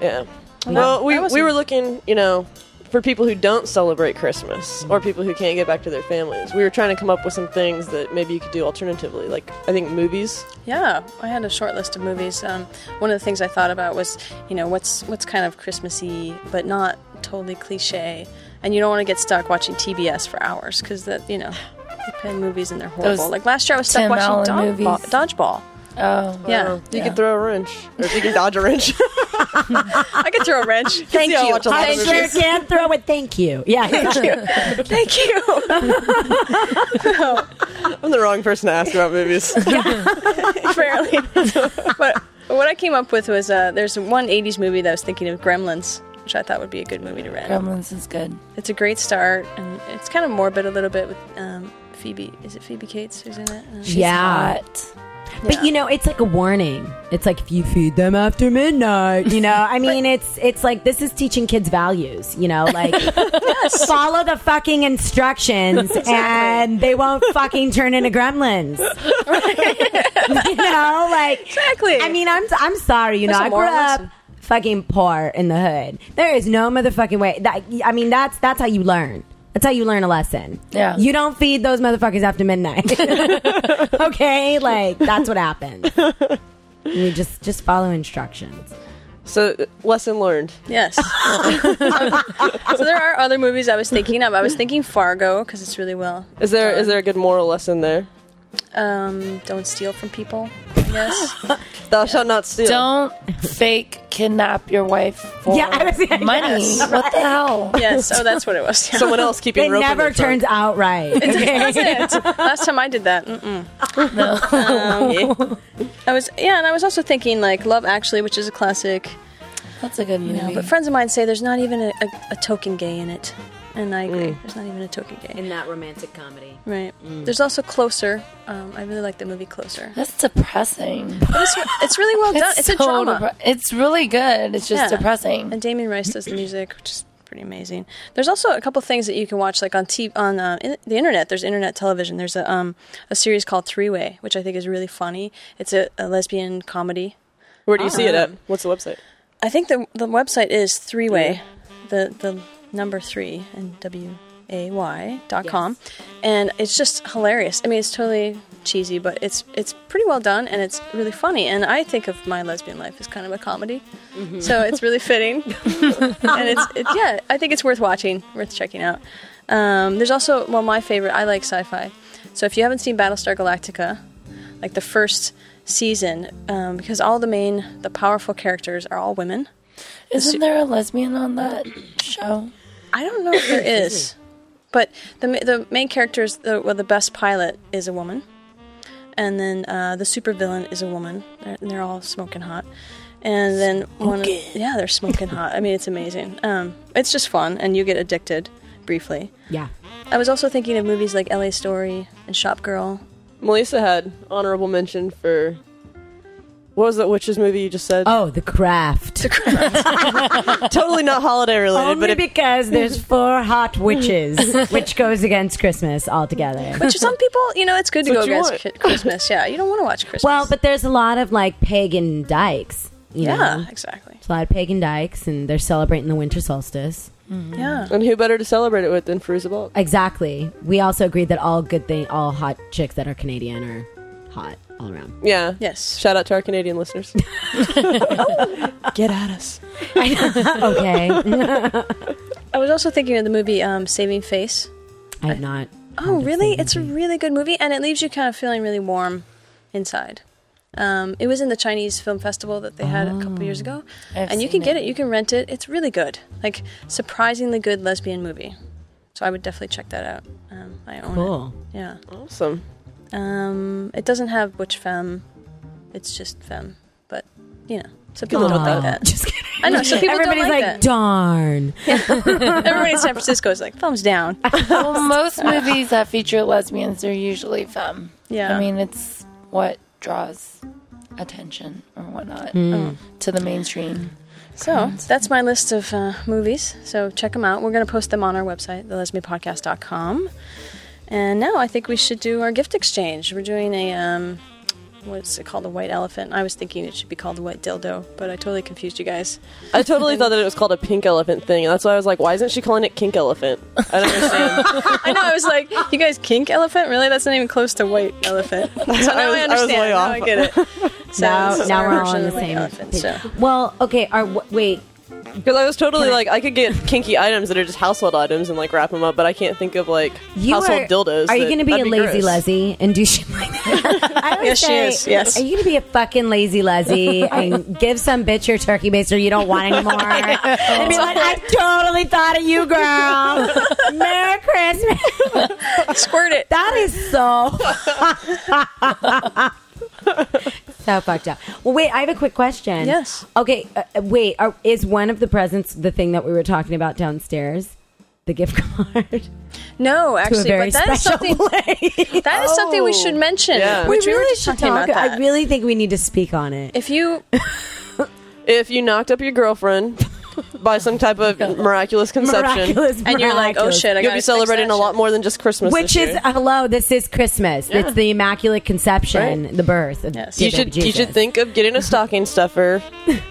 [SPEAKER 5] Yeah. Well, we,
[SPEAKER 2] that was
[SPEAKER 5] we
[SPEAKER 2] a-
[SPEAKER 5] were looking, you know, for people who don't celebrate Christmas or people who can't get back to their families. We were trying to come up with some things that maybe you could do alternatively. Like, I think movies.
[SPEAKER 2] Yeah, I had a short list of movies. Um, one of the things I thought about was, you know, what's what's kind of Christmassy but not totally cliche, and you don't want to get stuck watching TBS for hours because that, you know, they play movies and they're horrible.
[SPEAKER 3] Those
[SPEAKER 2] like last year, I was stuck
[SPEAKER 3] Tim
[SPEAKER 2] watching
[SPEAKER 3] Allen
[SPEAKER 2] Dodgeball.
[SPEAKER 3] movies.
[SPEAKER 2] Dodgeball.
[SPEAKER 3] Oh.
[SPEAKER 2] Yeah,
[SPEAKER 5] You could throw a wrench, or you could dodge a wrench.
[SPEAKER 2] I could throw a wrench. Thank
[SPEAKER 5] see I
[SPEAKER 2] you.
[SPEAKER 5] watch a lot of
[SPEAKER 2] Thank
[SPEAKER 5] movies.
[SPEAKER 2] you.
[SPEAKER 1] Sure can throw it. Thank you. Yeah. Thank you.
[SPEAKER 2] Thank you
[SPEAKER 5] I'm the wrong person to ask about movies.
[SPEAKER 2] apparently. but what I came up with was uh, there's one '80s movie that I was thinking of, Gremlins, which I thought would be a good movie to rent.
[SPEAKER 3] Gremlins is good.
[SPEAKER 2] It's a great start, and it's kind of morbid a little bit with um, Phoebe. Is it Phoebe Cates who's in it? Uh,
[SPEAKER 3] She's
[SPEAKER 1] Yeah.
[SPEAKER 3] hot.
[SPEAKER 1] But you know, it's like a warning. It's like if you feed them after midnight, you know. I mean, it's it's like this is teaching kids values, you know, like follow the fucking instructions and they won't fucking turn into gremlins. you know, like
[SPEAKER 2] Exactly.
[SPEAKER 1] I mean, I'm I'm sorry, you know,
[SPEAKER 2] That's a
[SPEAKER 1] I grew
[SPEAKER 2] moral
[SPEAKER 1] up
[SPEAKER 2] lesson.
[SPEAKER 1] fucking poor in the hood. There is no motherfucking way. That, I mean, that's that's how you learn. That's how you learn a lesson.
[SPEAKER 3] Yeah.
[SPEAKER 1] You don't feed those motherfuckers after midnight. okay, like that's what happens. You just just follow instructions.
[SPEAKER 5] so, lesson learned.
[SPEAKER 2] yes. so there are other movies I was thinking of. I was thinking Fargo because it's really well.
[SPEAKER 5] Is there is there a good moral lesson there?
[SPEAKER 2] Um, don't steal from people. Yes.
[SPEAKER 5] Thou shalt not steal.
[SPEAKER 3] Don't fake kidnap your wife for
[SPEAKER 1] Yeah, I was- yeah,
[SPEAKER 3] money.
[SPEAKER 1] yes.
[SPEAKER 3] What the hell?
[SPEAKER 2] yes. Oh, that's what it was. Yeah.
[SPEAKER 5] Someone else keeping
[SPEAKER 1] It
[SPEAKER 5] rope in
[SPEAKER 1] never
[SPEAKER 5] their trunk.
[SPEAKER 1] turns out right.
[SPEAKER 2] That's
[SPEAKER 1] okay?
[SPEAKER 2] it. Last time I did that. Mm-mm. Um, I was yeah, and I was also thinking like Love Actually, which is a classic.
[SPEAKER 3] That's a good movie.
[SPEAKER 2] You know, but friends of mine say there's not even a, a, a token gay in it, and I agree. There's not even a token gay.
[SPEAKER 1] In that romantic comedy.
[SPEAKER 2] Mm. Right. There's also Closer. Um, I really like the movie Closer.
[SPEAKER 3] That's depressing.
[SPEAKER 2] But it's, it's really well done. Oh, It's, a
[SPEAKER 3] so
[SPEAKER 2] drama.
[SPEAKER 3] depre- it's really good. It's just
[SPEAKER 2] Yeah.
[SPEAKER 3] depressing.
[SPEAKER 2] And Damien Rice does the music, which is pretty amazing. There's also a couple things that you can watch, like on TV, on uh, in- the internet. There's internet television. There's a um, a series called Three Way, which I think is really funny. It's a, a lesbian comedy.
[SPEAKER 5] Where do you see it at? What's the website?
[SPEAKER 2] I think the the website is Three Way, the the number three and w a y dot com, and it's just hilarious. I mean, it's totally cheesy, but it's it's pretty well done and it's really funny. And I think of my lesbian life as kind of a comedy, so it's really fitting. and it's it, yeah, I think it's worth watching, worth checking out. Um, there's also well, my favorite. I like sci-fi, so if you haven't seen Battlestar Galactica, like the first season, um, because all the main the powerful characters are all women.
[SPEAKER 3] Isn't there a lesbian on that show?
[SPEAKER 2] I don't know if there is, but the ma- the main character is the well the best pilot is a woman, and then uh, the supervillain is a woman. They're, they're all smoking hot, and then one of, yeah they're smoking hot. I mean it's amazing. Um, it's just fun, and you get addicted briefly.
[SPEAKER 1] Yeah.
[SPEAKER 2] I was also thinking of movies like L.A. Story and Shopgirl.
[SPEAKER 5] Melissa had honorable mention for what was that witches movie you just said?
[SPEAKER 1] Oh, The Craft.
[SPEAKER 5] totally not holiday related,
[SPEAKER 1] Only
[SPEAKER 5] but it,
[SPEAKER 1] because there's four hot witches, which goes against Christmas altogether.
[SPEAKER 2] Which for some people, you know, it's good to
[SPEAKER 5] That's
[SPEAKER 2] go
[SPEAKER 5] what you
[SPEAKER 2] against
[SPEAKER 5] want.
[SPEAKER 2] Ki- Christmas. Yeah, you don't want to watch Christmas.
[SPEAKER 1] Well, but there's a lot of like pagan dykes. You
[SPEAKER 2] yeah,
[SPEAKER 1] Know?
[SPEAKER 2] exactly.
[SPEAKER 1] There's a lot of pagan dykes, and they're celebrating the winter solstice.
[SPEAKER 2] Yeah.
[SPEAKER 5] and who better to celebrate it with than Fruza Balk?
[SPEAKER 1] Exactly. We also agreed that all good thing, all hot chicks that are Canadian are hot all around.
[SPEAKER 5] Yeah.
[SPEAKER 2] Yes.
[SPEAKER 5] Shout out to our Canadian listeners. Get at us.
[SPEAKER 2] Oh.
[SPEAKER 1] okay,
[SPEAKER 2] I was also thinking of the movie um, Saving Face.
[SPEAKER 1] I have not.
[SPEAKER 2] Oh, really? It's a really good movie, and it leaves you kind of feeling really warm inside. Um, it was in the Chinese Film Festival that they had a couple years ago,
[SPEAKER 3] I've
[SPEAKER 2] and you
[SPEAKER 3] seen
[SPEAKER 2] can get it. You can rent it. It's really good, like surprisingly good lesbian movie. So I would definitely check that out. Um, I own
[SPEAKER 1] cool.
[SPEAKER 2] it. Yeah.
[SPEAKER 5] Awesome.
[SPEAKER 2] Um, it doesn't have butch femme. It's just femme, but you know, some people
[SPEAKER 5] luck
[SPEAKER 2] don't
[SPEAKER 5] with
[SPEAKER 2] like
[SPEAKER 1] that.
[SPEAKER 2] that. I know some people
[SPEAKER 1] Everybody's
[SPEAKER 2] don't like,
[SPEAKER 1] like, darn.
[SPEAKER 2] that. Everybody in San Francisco is like thumbs down.
[SPEAKER 3] well, most movies that feature lesbians are usually femme.
[SPEAKER 2] Yeah.
[SPEAKER 3] I mean, it's what draws attention or whatnot
[SPEAKER 2] Oh. Mm.
[SPEAKER 1] Mm.
[SPEAKER 3] to the mainstream.
[SPEAKER 2] So that's my list of uh, movies. So check them out. We're going to post them on our website, thelesbianpodcast.com. And now I think we should do our gift exchange. We're doing a, um, what's it called? A white elephant. I was thinking it should be called a white dildo, but I totally confused you guys.
[SPEAKER 5] I totally thought that it was called a pink elephant thing, and that's why I was like, why isn't she calling it kink elephant? I don't understand.
[SPEAKER 2] I know, I was like, you guys kink elephant? Really? That's not even close to white elephant. So now I,
[SPEAKER 5] was- I was
[SPEAKER 2] understand.
[SPEAKER 5] way
[SPEAKER 2] now
[SPEAKER 5] off.
[SPEAKER 2] I get it. So
[SPEAKER 1] Now,
[SPEAKER 2] this is
[SPEAKER 1] now
[SPEAKER 2] our
[SPEAKER 1] we're all
[SPEAKER 2] version
[SPEAKER 1] on the
[SPEAKER 2] of white
[SPEAKER 1] same.
[SPEAKER 2] elephant,
[SPEAKER 1] page.
[SPEAKER 2] so.
[SPEAKER 1] Well, okay. Are wh- wait.
[SPEAKER 5] Because I was totally like, I could get kinky items that are just household items and like wrap them up, but I can't think of like
[SPEAKER 1] You
[SPEAKER 5] household
[SPEAKER 1] are,
[SPEAKER 5] dildos.
[SPEAKER 1] Are you
[SPEAKER 5] that-
[SPEAKER 1] going to be a
[SPEAKER 5] that'd
[SPEAKER 1] lazy
[SPEAKER 5] gross.
[SPEAKER 1] Leslie and do shit like that? I would
[SPEAKER 2] Yes, she
[SPEAKER 1] say,
[SPEAKER 2] is, yes.
[SPEAKER 1] Are you going to be a fucking lazy Leslie and give some bitch your turkey baster you don't want anymore? and be like, I totally thought of you, girl. Merry Christmas.
[SPEAKER 2] Squirt it.
[SPEAKER 1] That is so. so fucked up. Well, wait. I have a quick question.
[SPEAKER 2] Yes.
[SPEAKER 1] Okay. Uh, uh, wait. Are, is one of the presents the thing that we were talking about downstairs? The gift card
[SPEAKER 2] No,
[SPEAKER 1] to a
[SPEAKER 2] actually,
[SPEAKER 1] very
[SPEAKER 2] but that is something.
[SPEAKER 1] special place.
[SPEAKER 2] That is something we should mention,
[SPEAKER 5] Oh, Yeah.
[SPEAKER 2] which we, were just talking about. That.
[SPEAKER 1] I really think we need to speak on it.
[SPEAKER 2] if you
[SPEAKER 5] If you knocked up your girlfriend by some type of miraculous conception,
[SPEAKER 1] Miraculous,
[SPEAKER 2] and you're like, oh
[SPEAKER 1] miraculous.
[SPEAKER 2] shit, I
[SPEAKER 5] you'll
[SPEAKER 2] gotta
[SPEAKER 5] be
[SPEAKER 2] fix
[SPEAKER 5] celebrating
[SPEAKER 2] that
[SPEAKER 5] a lot
[SPEAKER 2] shit.
[SPEAKER 5] more than just Christmas.
[SPEAKER 1] Which
[SPEAKER 5] this
[SPEAKER 1] is
[SPEAKER 5] year.
[SPEAKER 1] hello. This is Christmas. It's the Immaculate Conception, the birth. Of
[SPEAKER 2] Yes.
[SPEAKER 1] the
[SPEAKER 5] you
[SPEAKER 1] baby
[SPEAKER 5] should you
[SPEAKER 1] Jesus.
[SPEAKER 5] should think of getting a stocking stuffer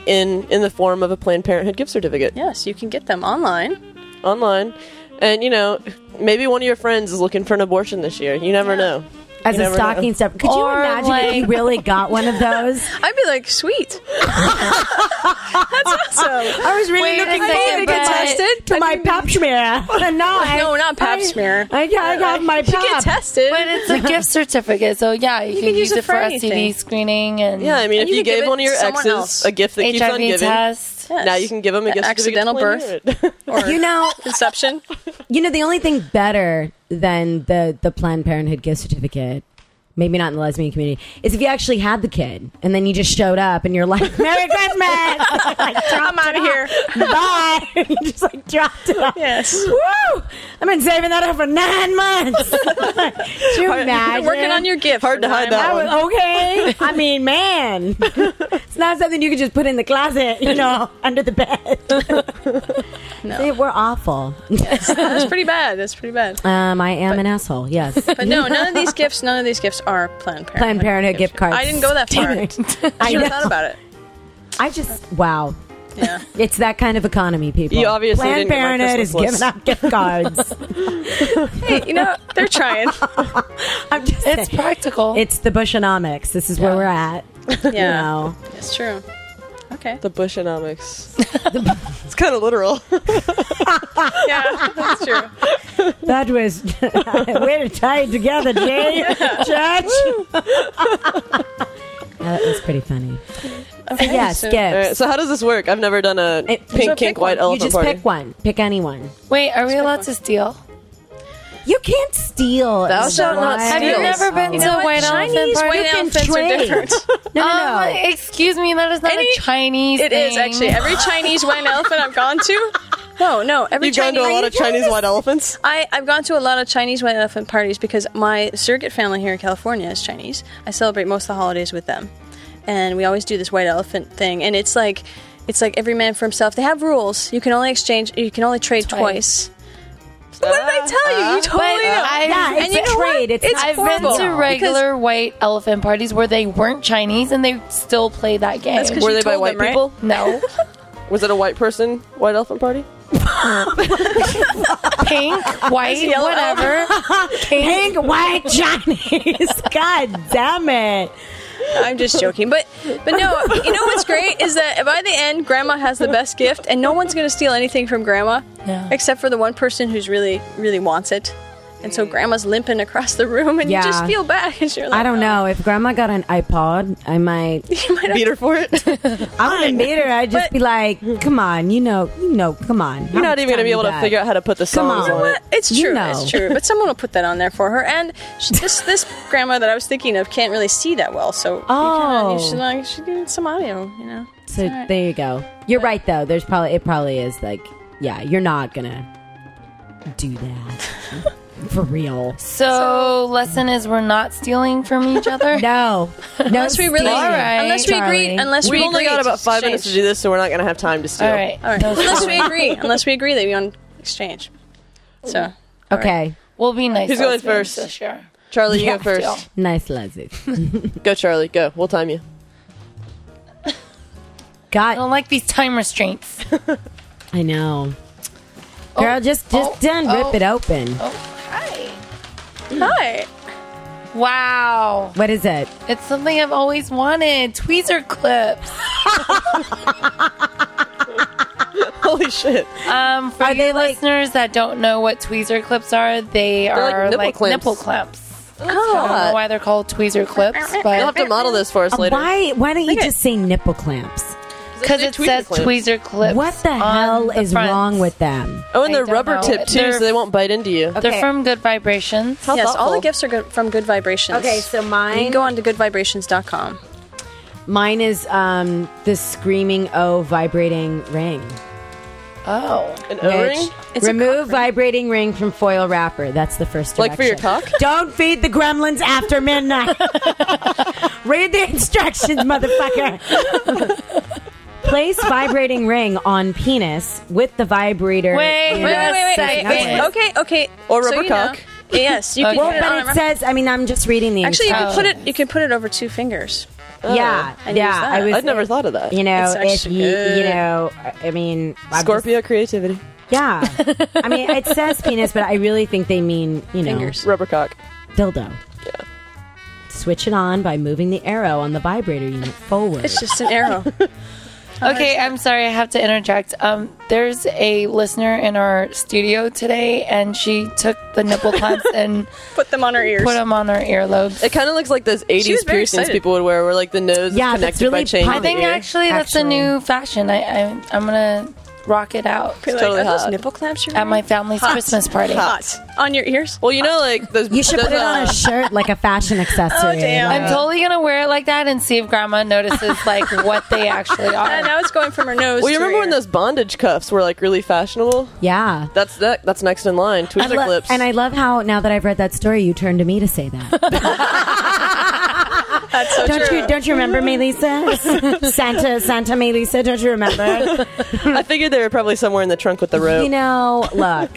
[SPEAKER 5] in in the form of a Planned Parenthood gift certificate
[SPEAKER 2] Yes, you can get them online.
[SPEAKER 5] online, and you know maybe one of your friends is looking for an abortion this year. You never know.
[SPEAKER 1] as
[SPEAKER 5] You
[SPEAKER 1] a
[SPEAKER 5] never know.
[SPEAKER 1] stocking stuffer. Could you
[SPEAKER 3] Or,
[SPEAKER 1] imagine if you
[SPEAKER 3] like-
[SPEAKER 1] really got one of those?
[SPEAKER 2] I'd be like, sweet. That's awesome.
[SPEAKER 1] I was really
[SPEAKER 3] Wait a
[SPEAKER 1] looking
[SPEAKER 3] second,
[SPEAKER 1] forward to
[SPEAKER 3] but-
[SPEAKER 1] get tested to my pap smear. And now I,
[SPEAKER 2] No, not pap
[SPEAKER 1] I-
[SPEAKER 2] smear. Uh,
[SPEAKER 1] I, I got my
[SPEAKER 2] You get
[SPEAKER 1] pap.
[SPEAKER 2] tested.
[SPEAKER 3] But it's a gift certificate, so yeah, you, can,
[SPEAKER 2] can
[SPEAKER 3] use
[SPEAKER 2] use it
[SPEAKER 3] it for,
[SPEAKER 2] for anything.
[SPEAKER 3] STD screening and
[SPEAKER 5] Yeah, I mean,
[SPEAKER 2] And
[SPEAKER 5] if
[SPEAKER 2] you
[SPEAKER 5] you,
[SPEAKER 2] can give
[SPEAKER 5] gave
[SPEAKER 2] it
[SPEAKER 5] one of your
[SPEAKER 2] to someone
[SPEAKER 5] exes
[SPEAKER 2] else.
[SPEAKER 5] a gift that keeps on
[SPEAKER 3] HIV
[SPEAKER 5] giving,
[SPEAKER 3] test.
[SPEAKER 2] Yes.
[SPEAKER 5] now you can give them a
[SPEAKER 2] An
[SPEAKER 5] gift certificate
[SPEAKER 2] accidental
[SPEAKER 5] to
[SPEAKER 2] birth
[SPEAKER 5] plan it.
[SPEAKER 2] or
[SPEAKER 1] You know,
[SPEAKER 2] conception.
[SPEAKER 1] you know, the only thing better than the, the Planned Parenthood gift certificate, maybe not in the lesbian community, is if you actually had the kid and then you just showed up and you're like, Merry Christmas! like,
[SPEAKER 2] I'm out of here.
[SPEAKER 1] Bye! you just like dropped it off.
[SPEAKER 2] Yes.
[SPEAKER 1] Woo! I've been saving that up for nine months. Can you imagine?
[SPEAKER 2] Working on your gift.
[SPEAKER 5] Hard to
[SPEAKER 2] for nine
[SPEAKER 5] hide that
[SPEAKER 1] I
[SPEAKER 2] months.
[SPEAKER 1] was okay. I mean, man, it's not something you can just put in the closet, you know, under the bed.
[SPEAKER 2] No.
[SPEAKER 1] See, we're awful.
[SPEAKER 2] That's pretty bad. That's pretty bad.
[SPEAKER 1] Um, I am an asshole. Yes.
[SPEAKER 2] But no, none of these gifts, none of these gifts are Planned Parenthood.
[SPEAKER 1] Planned Parenthood gift cards.
[SPEAKER 2] I didn't go that far.
[SPEAKER 1] Damn
[SPEAKER 2] I
[SPEAKER 1] it.
[SPEAKER 2] should
[SPEAKER 1] know.
[SPEAKER 2] have thought about it.
[SPEAKER 1] I just wow.
[SPEAKER 2] Yeah.
[SPEAKER 1] It's that kind of economy, people.
[SPEAKER 5] You obviously didn't
[SPEAKER 1] Planned
[SPEAKER 5] get my
[SPEAKER 1] Parenthood is
[SPEAKER 5] Christmas
[SPEAKER 1] giving out gift cards.
[SPEAKER 2] Hey, you know, they're trying.
[SPEAKER 1] I'm just
[SPEAKER 3] It's
[SPEAKER 1] saying.
[SPEAKER 3] practical.
[SPEAKER 1] it's the Bushonomics. This is where
[SPEAKER 3] Yeah.
[SPEAKER 1] we're at. You
[SPEAKER 2] Yeah.
[SPEAKER 1] know.
[SPEAKER 2] It's true. Okay.
[SPEAKER 5] The Bushonomics. it's kind of literal.
[SPEAKER 2] Yeah, that's true.
[SPEAKER 1] That was way to tie it together, Jay. Judge. that was pretty funny.
[SPEAKER 2] Okay,
[SPEAKER 1] yes,
[SPEAKER 2] so-
[SPEAKER 5] All right,
[SPEAKER 1] gifts.
[SPEAKER 5] so how does this work? I've never done a
[SPEAKER 1] It-
[SPEAKER 5] pink,
[SPEAKER 1] so
[SPEAKER 5] kink, white
[SPEAKER 1] you
[SPEAKER 5] elephant
[SPEAKER 1] just
[SPEAKER 5] party.
[SPEAKER 1] pick one. Pick anyone.
[SPEAKER 3] Wait, are we allowed to steal?
[SPEAKER 1] You can't steal.
[SPEAKER 5] Thou shalt not
[SPEAKER 1] Why?
[SPEAKER 3] Have you
[SPEAKER 5] Steals.
[SPEAKER 3] never been
[SPEAKER 2] You
[SPEAKER 3] to
[SPEAKER 2] know
[SPEAKER 3] a
[SPEAKER 2] what?
[SPEAKER 3] white elephant
[SPEAKER 2] Chinese
[SPEAKER 3] party?
[SPEAKER 2] white
[SPEAKER 1] You can
[SPEAKER 2] elephants are
[SPEAKER 1] trade.
[SPEAKER 2] different.
[SPEAKER 1] No, no, no.
[SPEAKER 3] Um, excuse me, that is not
[SPEAKER 2] Any-
[SPEAKER 3] a Chinese
[SPEAKER 2] It is
[SPEAKER 3] thing.
[SPEAKER 2] actually every Chinese white elephant I've gone to. No, no, every
[SPEAKER 5] You've gone
[SPEAKER 2] Chinese.
[SPEAKER 5] to a lot of Chinese white elephants.
[SPEAKER 2] I, I've gone to a lot of Chinese white elephant parties because my surrogate family here in California is Chinese. I celebrate most of the holidays with them. And we always do this white elephant thing. And it's like it's like every man for himself. They have rules. You can only exchange you can only trade
[SPEAKER 3] Twice.
[SPEAKER 2] twice. What did I tell you? You
[SPEAKER 3] But
[SPEAKER 2] totally know.
[SPEAKER 3] I've,
[SPEAKER 1] Yeah, Uh-huh. uh, it's
[SPEAKER 2] And you
[SPEAKER 1] a
[SPEAKER 2] know what?
[SPEAKER 1] trade. It's,
[SPEAKER 2] It's
[SPEAKER 1] not
[SPEAKER 3] I've
[SPEAKER 1] illegal.
[SPEAKER 3] been to
[SPEAKER 2] horrible.
[SPEAKER 3] regular white elephant parties where they weren't Chinese and they still play that game.
[SPEAKER 2] That's 'cause
[SPEAKER 5] Were
[SPEAKER 2] you
[SPEAKER 5] they by
[SPEAKER 2] told
[SPEAKER 5] white
[SPEAKER 2] them, right?
[SPEAKER 5] people?
[SPEAKER 3] no.
[SPEAKER 5] Was it a white person white elephant party?
[SPEAKER 3] Pink, white,
[SPEAKER 2] Yellow
[SPEAKER 3] whatever.
[SPEAKER 1] Pink, white, Chinese. God damn it.
[SPEAKER 2] I'm just joking, but but no, you know what's great is that by the end, Grandma has the best gift, and no one's gonna steal anything from Grandma,
[SPEAKER 3] Yeah.
[SPEAKER 2] except for the one person who's really really wants it, and so Grandma's limping across the room, and
[SPEAKER 1] Yeah.
[SPEAKER 2] you just feel bad. 'cause You're like,
[SPEAKER 1] I don't know. If grandma got an iPod, I might.
[SPEAKER 5] Beat her for it. You're
[SPEAKER 1] I wouldn't beat her. I'd just
[SPEAKER 2] But-
[SPEAKER 1] be like, come on, you know, you know, come on. You're
[SPEAKER 5] not even gonna be able to figure out how to put the
[SPEAKER 1] Come on.
[SPEAKER 5] songs
[SPEAKER 1] You know
[SPEAKER 5] on it.
[SPEAKER 2] But "Uh, it's true,
[SPEAKER 1] You know.
[SPEAKER 2] it's true. But someone will put that on there for her, and she, this this Grandma that I was thinking of can't really see that well, so you kinda-
[SPEAKER 1] Oh.
[SPEAKER 2] you should like she get some audio, you know.
[SPEAKER 1] So there you go. You're right though. There's probably it probably is like yeah, you're not gonna do that for real.
[SPEAKER 3] So, lesson is we're not stealing from each other.
[SPEAKER 1] No, no.
[SPEAKER 2] Unless we really,
[SPEAKER 1] stealing.
[SPEAKER 3] All right,
[SPEAKER 2] unless we agree,
[SPEAKER 3] Charlie.
[SPEAKER 2] unless we
[SPEAKER 5] We've only
[SPEAKER 2] agree
[SPEAKER 5] got
[SPEAKER 2] to
[SPEAKER 5] about five minutes to
[SPEAKER 2] exchange.
[SPEAKER 5] do this, so we're not going to have time to steal.
[SPEAKER 3] All right.
[SPEAKER 2] All right. unless we agree. Unless we agree that we on exchange. So
[SPEAKER 1] Okay,
[SPEAKER 3] We'll be nice.
[SPEAKER 5] Who's going
[SPEAKER 3] lesbians
[SPEAKER 5] first?
[SPEAKER 3] This year.
[SPEAKER 5] Charlie, you go
[SPEAKER 3] Deal.
[SPEAKER 5] first.
[SPEAKER 1] nice Leslie.
[SPEAKER 5] Go, Charlie. Go. We'll time you.
[SPEAKER 3] I
[SPEAKER 1] God,
[SPEAKER 3] don't like these time restraints.
[SPEAKER 1] I know. Girl, just just
[SPEAKER 3] oh,
[SPEAKER 1] done. Rip
[SPEAKER 3] oh.
[SPEAKER 1] it open.
[SPEAKER 3] Oh, hi.
[SPEAKER 2] hi.
[SPEAKER 3] Wow.
[SPEAKER 1] What is it?
[SPEAKER 3] It's something I've always wanted. Tweezer clips.
[SPEAKER 5] Holy shit.
[SPEAKER 3] Um, for
[SPEAKER 1] Are
[SPEAKER 3] you
[SPEAKER 1] they like-
[SPEAKER 3] listeners that don't know what tweezer clips are, they are
[SPEAKER 5] like
[SPEAKER 3] like
[SPEAKER 5] nipple
[SPEAKER 3] nipple,
[SPEAKER 5] clamps.
[SPEAKER 3] clamps. I don't know
[SPEAKER 5] Oh.
[SPEAKER 3] why they're called tweezer clips,
[SPEAKER 5] You'll have
[SPEAKER 3] but
[SPEAKER 5] to model this for us
[SPEAKER 1] Uh,
[SPEAKER 5] later.
[SPEAKER 1] Why why don't you
[SPEAKER 5] Okay.
[SPEAKER 1] just say nipple clamps?
[SPEAKER 3] because it
[SPEAKER 5] Tweezer
[SPEAKER 3] says
[SPEAKER 5] clips.
[SPEAKER 3] tweezer clips.
[SPEAKER 1] What the
[SPEAKER 3] on
[SPEAKER 1] hell
[SPEAKER 3] the
[SPEAKER 1] is
[SPEAKER 3] front.
[SPEAKER 1] wrong with them?
[SPEAKER 5] Oh, and
[SPEAKER 3] I
[SPEAKER 5] they're
[SPEAKER 3] don't
[SPEAKER 5] rubber
[SPEAKER 3] know.
[SPEAKER 5] tipped too,
[SPEAKER 3] They're-
[SPEAKER 5] so they won't bite into you.
[SPEAKER 1] Okay.
[SPEAKER 3] They're from Good Vibrations.
[SPEAKER 5] How
[SPEAKER 2] yes, all
[SPEAKER 5] thoughtful.
[SPEAKER 2] the gifts are good, from Good Vibrations.
[SPEAKER 1] Okay, so mine-
[SPEAKER 2] You can go on to goodvibrations.com.
[SPEAKER 1] Mine is um the screaming O vibrating ring.
[SPEAKER 3] Oh,
[SPEAKER 5] An O ring?
[SPEAKER 2] It's a
[SPEAKER 1] remove
[SPEAKER 2] cock ring.
[SPEAKER 1] vibrating ring from foil wrapper. That's the first
[SPEAKER 5] Like for your
[SPEAKER 1] direction.
[SPEAKER 5] cock?
[SPEAKER 1] Don't feed the gremlins after midnight. Read the instructions, motherfucker. Place vibrating ring on penis with the vibrator.
[SPEAKER 3] Wait,
[SPEAKER 2] Wait,
[SPEAKER 1] in-
[SPEAKER 2] wait, wait, wait, wait,
[SPEAKER 3] Second
[SPEAKER 2] wait.
[SPEAKER 3] one.
[SPEAKER 2] Okay, okay.
[SPEAKER 5] Or
[SPEAKER 2] So
[SPEAKER 5] rubber
[SPEAKER 2] you know.
[SPEAKER 5] cock.
[SPEAKER 2] Yes, you can
[SPEAKER 3] Okay.
[SPEAKER 2] put it on a
[SPEAKER 1] But it
[SPEAKER 2] rubber-
[SPEAKER 1] says, I mean, I'm just reading the
[SPEAKER 2] Actually, you
[SPEAKER 1] instructions.
[SPEAKER 2] can put it. You can put it over two fingers.
[SPEAKER 1] yeah,
[SPEAKER 2] and use
[SPEAKER 1] yeah.
[SPEAKER 2] that.
[SPEAKER 1] I was,
[SPEAKER 5] I'd never thought of that.
[SPEAKER 1] you know,
[SPEAKER 2] It's
[SPEAKER 1] if
[SPEAKER 2] actually
[SPEAKER 1] you, you
[SPEAKER 2] good.
[SPEAKER 1] know, I mean, I'm just-
[SPEAKER 5] Scorpio creativity.
[SPEAKER 1] Yeah. I mean, it says penis, but I really think they mean, you know,
[SPEAKER 2] Fingers.
[SPEAKER 5] Rubber cock.
[SPEAKER 1] dildo. Switch it on by moving the arrow on the vibrator unit forward.
[SPEAKER 2] It's just an arrow.
[SPEAKER 3] Okay, I'm sorry, I have to interject. Um, there's a listener in our studio today, and she took the nipple clamps and
[SPEAKER 2] Put them on her ears.
[SPEAKER 3] put them on her earlobes.
[SPEAKER 5] It kind of looks like those 80s
[SPEAKER 2] was
[SPEAKER 5] piercings
[SPEAKER 2] very excited.
[SPEAKER 5] people would wear, where like the nose
[SPEAKER 1] Yeah,
[SPEAKER 5] is
[SPEAKER 1] that's
[SPEAKER 5] connected
[SPEAKER 1] really
[SPEAKER 5] by chain. to
[SPEAKER 1] pop-
[SPEAKER 5] the
[SPEAKER 3] I think
[SPEAKER 5] ear.
[SPEAKER 3] actually that's a
[SPEAKER 1] Actually.
[SPEAKER 3] new fashion. I, I I'm gonna rock it out
[SPEAKER 2] Be like,
[SPEAKER 5] totally
[SPEAKER 2] "Are those
[SPEAKER 5] hot.
[SPEAKER 2] nipple clamps you're
[SPEAKER 3] at my
[SPEAKER 2] wearing?"
[SPEAKER 3] family's
[SPEAKER 2] Hot.
[SPEAKER 3] Christmas party.
[SPEAKER 2] Hot. On your ears?
[SPEAKER 5] Well, you know, like those.
[SPEAKER 1] you should
[SPEAKER 5] those,
[SPEAKER 1] put it on
[SPEAKER 5] uh,
[SPEAKER 1] a shirt like a fashion accessory.
[SPEAKER 2] damn.
[SPEAKER 1] Like-
[SPEAKER 3] I'm totally gonna wear it like that and see if Grandma notices like what they actually
[SPEAKER 2] And
[SPEAKER 3] are.
[SPEAKER 2] now it's going from her nose.
[SPEAKER 5] Well, you
[SPEAKER 2] to her
[SPEAKER 5] remember when
[SPEAKER 2] ear.
[SPEAKER 5] those bondage cuffs were like really fashionable?
[SPEAKER 1] yeah.
[SPEAKER 5] That's that. That's next in line.
[SPEAKER 1] I
[SPEAKER 5] Twister
[SPEAKER 1] lo-
[SPEAKER 5] clips.
[SPEAKER 1] and I love how now that I've read that story, you turn to me to say that.
[SPEAKER 2] That's so
[SPEAKER 1] don't
[SPEAKER 2] true.
[SPEAKER 1] you? Don't you remember, Melissa? Santa, Santa, Melissa. Don't you remember?
[SPEAKER 5] I figured they were probably somewhere in the trunk with the rope.
[SPEAKER 1] you know, look.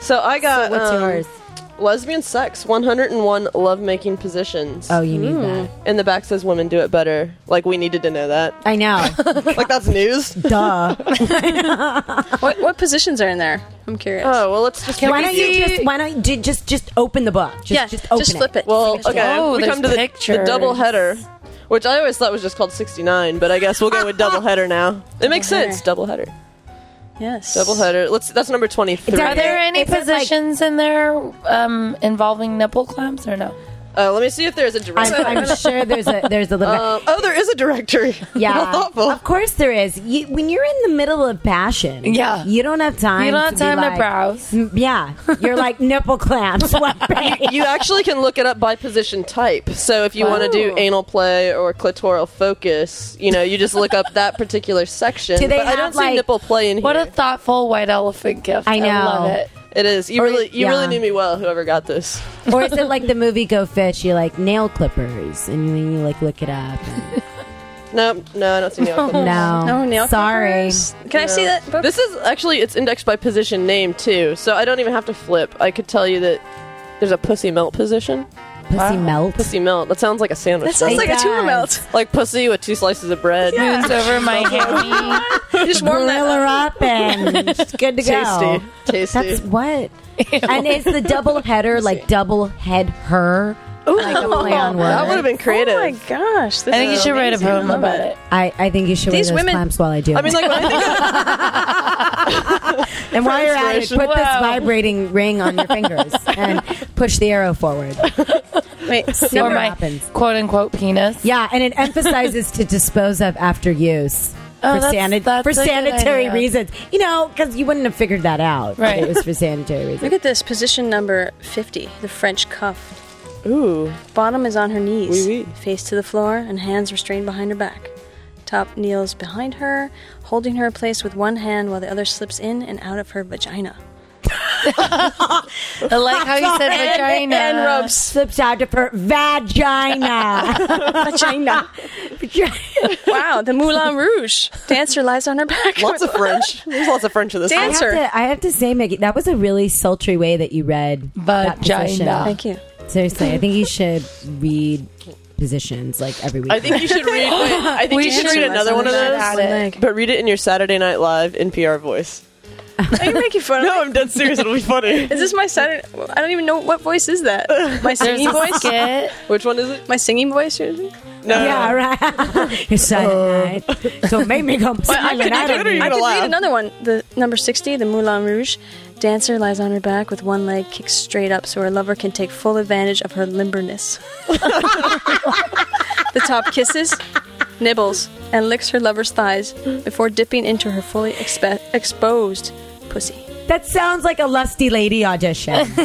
[SPEAKER 5] so I got
[SPEAKER 1] What's
[SPEAKER 5] um,
[SPEAKER 1] yours?
[SPEAKER 5] lesbian sex 101 love making positions.
[SPEAKER 1] Oh, you need that.
[SPEAKER 5] And the back says women do it better. Like we needed to know that.
[SPEAKER 1] I know.
[SPEAKER 5] like that's news.
[SPEAKER 1] Duh.
[SPEAKER 2] What, what positions are in there? I'm curious.
[SPEAKER 5] Oh well, let's just.
[SPEAKER 1] Why don't you just? Why don't you just just open the book? Just
[SPEAKER 2] yeah,
[SPEAKER 1] just open it.
[SPEAKER 2] flip it.
[SPEAKER 5] Well, okay.
[SPEAKER 3] Oh,
[SPEAKER 5] we
[SPEAKER 3] there's
[SPEAKER 5] come to the, the
[SPEAKER 3] pictures.
[SPEAKER 5] double header, which I always thought was just called 69, but I guess we'll go with double header now. It makes
[SPEAKER 2] Double header.
[SPEAKER 5] sense. Double header.
[SPEAKER 2] Yes.
[SPEAKER 5] Double header. Let's. That's number 23.
[SPEAKER 1] Are
[SPEAKER 3] Are there any
[SPEAKER 1] Is it, like-
[SPEAKER 3] positions in there um, involving nipple clamps or no?
[SPEAKER 5] Uh, let me see if there's a directory.
[SPEAKER 1] I'm, I'm sure there's a there's a little.
[SPEAKER 5] Um, oh, there is a directory.
[SPEAKER 1] yeah,
[SPEAKER 5] How thoughtful.
[SPEAKER 1] of course there is. You, when you're in the middle of passion,
[SPEAKER 3] Yeah.
[SPEAKER 1] you don't have time.
[SPEAKER 3] You don't have
[SPEAKER 1] to
[SPEAKER 3] time
[SPEAKER 1] be
[SPEAKER 3] to
[SPEAKER 1] like-
[SPEAKER 3] browse.
[SPEAKER 1] Mm, Yeah, you're like nipple clamps. What page?
[SPEAKER 5] you actually can look it up by position type. So if you want to do
[SPEAKER 3] Wow.
[SPEAKER 5] anal play or clitoral focus, you know, you just look up that particular section.
[SPEAKER 1] Do they
[SPEAKER 5] but I
[SPEAKER 1] have,
[SPEAKER 5] don't
[SPEAKER 1] like-
[SPEAKER 5] see nipple play in
[SPEAKER 3] What
[SPEAKER 5] here.
[SPEAKER 3] a thoughtful white elephant gift.
[SPEAKER 1] I know.
[SPEAKER 3] love it.
[SPEAKER 5] it is. You
[SPEAKER 1] Or-
[SPEAKER 5] really, you really
[SPEAKER 1] yeah.
[SPEAKER 5] knew me well. Whoever got this.
[SPEAKER 1] or is it like the movie Go Fish? You like nail clippers, and you, you like look it up.
[SPEAKER 5] No, no, I don't see nail. clippers.
[SPEAKER 1] No,
[SPEAKER 3] Oh,
[SPEAKER 2] No Oh, nail
[SPEAKER 1] Sorry,
[SPEAKER 2] clippers? Can I see that book?
[SPEAKER 5] This is actually it's indexed by position name too, so I don't even have to flip. I could tell you that there's a pussy melt position.
[SPEAKER 1] pussy melt.
[SPEAKER 5] Pussy melt. That sounds like a sandwich.
[SPEAKER 2] that sounds like
[SPEAKER 5] right?
[SPEAKER 2] a
[SPEAKER 1] does.
[SPEAKER 2] tumor melt.
[SPEAKER 5] like pussy with two slices of bread.
[SPEAKER 3] Moons over my hammy.
[SPEAKER 2] Just warm
[SPEAKER 1] Grill
[SPEAKER 2] that.
[SPEAKER 1] her up, and it's good to go.
[SPEAKER 5] Tasty, tasty.
[SPEAKER 1] That's what. and is the double header like double head her? Like a play on words.
[SPEAKER 5] that would have been creative.
[SPEAKER 2] Oh my gosh! This
[SPEAKER 3] I think you
[SPEAKER 2] is
[SPEAKER 3] should write a
[SPEAKER 2] amazing.
[SPEAKER 3] poem
[SPEAKER 2] I love
[SPEAKER 3] about it.
[SPEAKER 1] I, I think you should
[SPEAKER 2] These
[SPEAKER 1] wear those
[SPEAKER 2] women-
[SPEAKER 1] clamps while I do.
[SPEAKER 5] I mean, like when I think of
[SPEAKER 1] and while you're at it,
[SPEAKER 5] inspiration.
[SPEAKER 1] put this
[SPEAKER 3] Wow.
[SPEAKER 1] vibrating ring on your fingers and push the arrow forward.
[SPEAKER 2] Wait,
[SPEAKER 1] See
[SPEAKER 3] Or
[SPEAKER 1] what
[SPEAKER 3] my
[SPEAKER 1] happens.
[SPEAKER 3] quote unquote penis.
[SPEAKER 1] Yeah, and it emphasizes to dispose of after use.
[SPEAKER 3] Oh,
[SPEAKER 1] for
[SPEAKER 3] that's-
[SPEAKER 1] sani-
[SPEAKER 3] that's
[SPEAKER 1] for
[SPEAKER 3] a good
[SPEAKER 1] sanitary
[SPEAKER 3] idea.
[SPEAKER 1] reasons, you know, because you wouldn't have figured that out. that
[SPEAKER 3] Right.
[SPEAKER 1] it was for sanitary reasons.
[SPEAKER 2] look at this position number fifty. The French cuff.
[SPEAKER 5] ooh,
[SPEAKER 2] Bottom is on her knees,
[SPEAKER 5] Oui, oui.
[SPEAKER 2] face to the floor, and hands restrained behind her back. Top kneels behind her, holding her in place with one hand while the other slips in and out of her vagina.
[SPEAKER 3] I like how you said vagina.
[SPEAKER 2] and rubs.
[SPEAKER 1] Slips out of her vagina.
[SPEAKER 2] Vagina. wow, the Moulin Rouge. Dancer lies on her back.
[SPEAKER 5] lots of French. There's lots of French in this.
[SPEAKER 1] I
[SPEAKER 2] Dan-
[SPEAKER 1] have,
[SPEAKER 2] Answer.
[SPEAKER 1] to, I have to say, Maggie, that was a really sultry way that you read that position.
[SPEAKER 3] Vagina.
[SPEAKER 2] Thank you.
[SPEAKER 1] Seriously, I think you should read positions like every week.
[SPEAKER 5] I think you should read. Wait, I think
[SPEAKER 3] We
[SPEAKER 5] you should
[SPEAKER 3] should
[SPEAKER 5] read another one of
[SPEAKER 3] listen to
[SPEAKER 5] those,
[SPEAKER 3] that.
[SPEAKER 2] Leg.
[SPEAKER 5] but read it in your Saturday Night Live NPR voice.
[SPEAKER 2] Are you making fun of
[SPEAKER 5] No,
[SPEAKER 2] me?
[SPEAKER 5] I'm dead serious. It'll be funny.
[SPEAKER 2] Is this my Saturday? I don't even know what voice is that. My
[SPEAKER 3] There's
[SPEAKER 2] singing
[SPEAKER 3] a
[SPEAKER 2] voice.
[SPEAKER 3] skit.
[SPEAKER 5] Which one is it?
[SPEAKER 2] My singing voice. usually?
[SPEAKER 5] No.
[SPEAKER 1] Yeah, right. it's Saturday night. So make me come
[SPEAKER 2] I
[SPEAKER 1] Saturday
[SPEAKER 2] could, I
[SPEAKER 1] night.
[SPEAKER 2] could,
[SPEAKER 5] do it or
[SPEAKER 1] again.
[SPEAKER 2] I could
[SPEAKER 5] laugh?
[SPEAKER 2] read another one. The number sixty, the Moulin Rouge. Dancer lies on her back with one leg kicked straight up, so her lover can take full advantage of her limberness. the top kisses, nibbles, and licks her lover's thighs before dipping into her fully expe- exposed pussy.
[SPEAKER 1] That sounds like a lusty lady audition.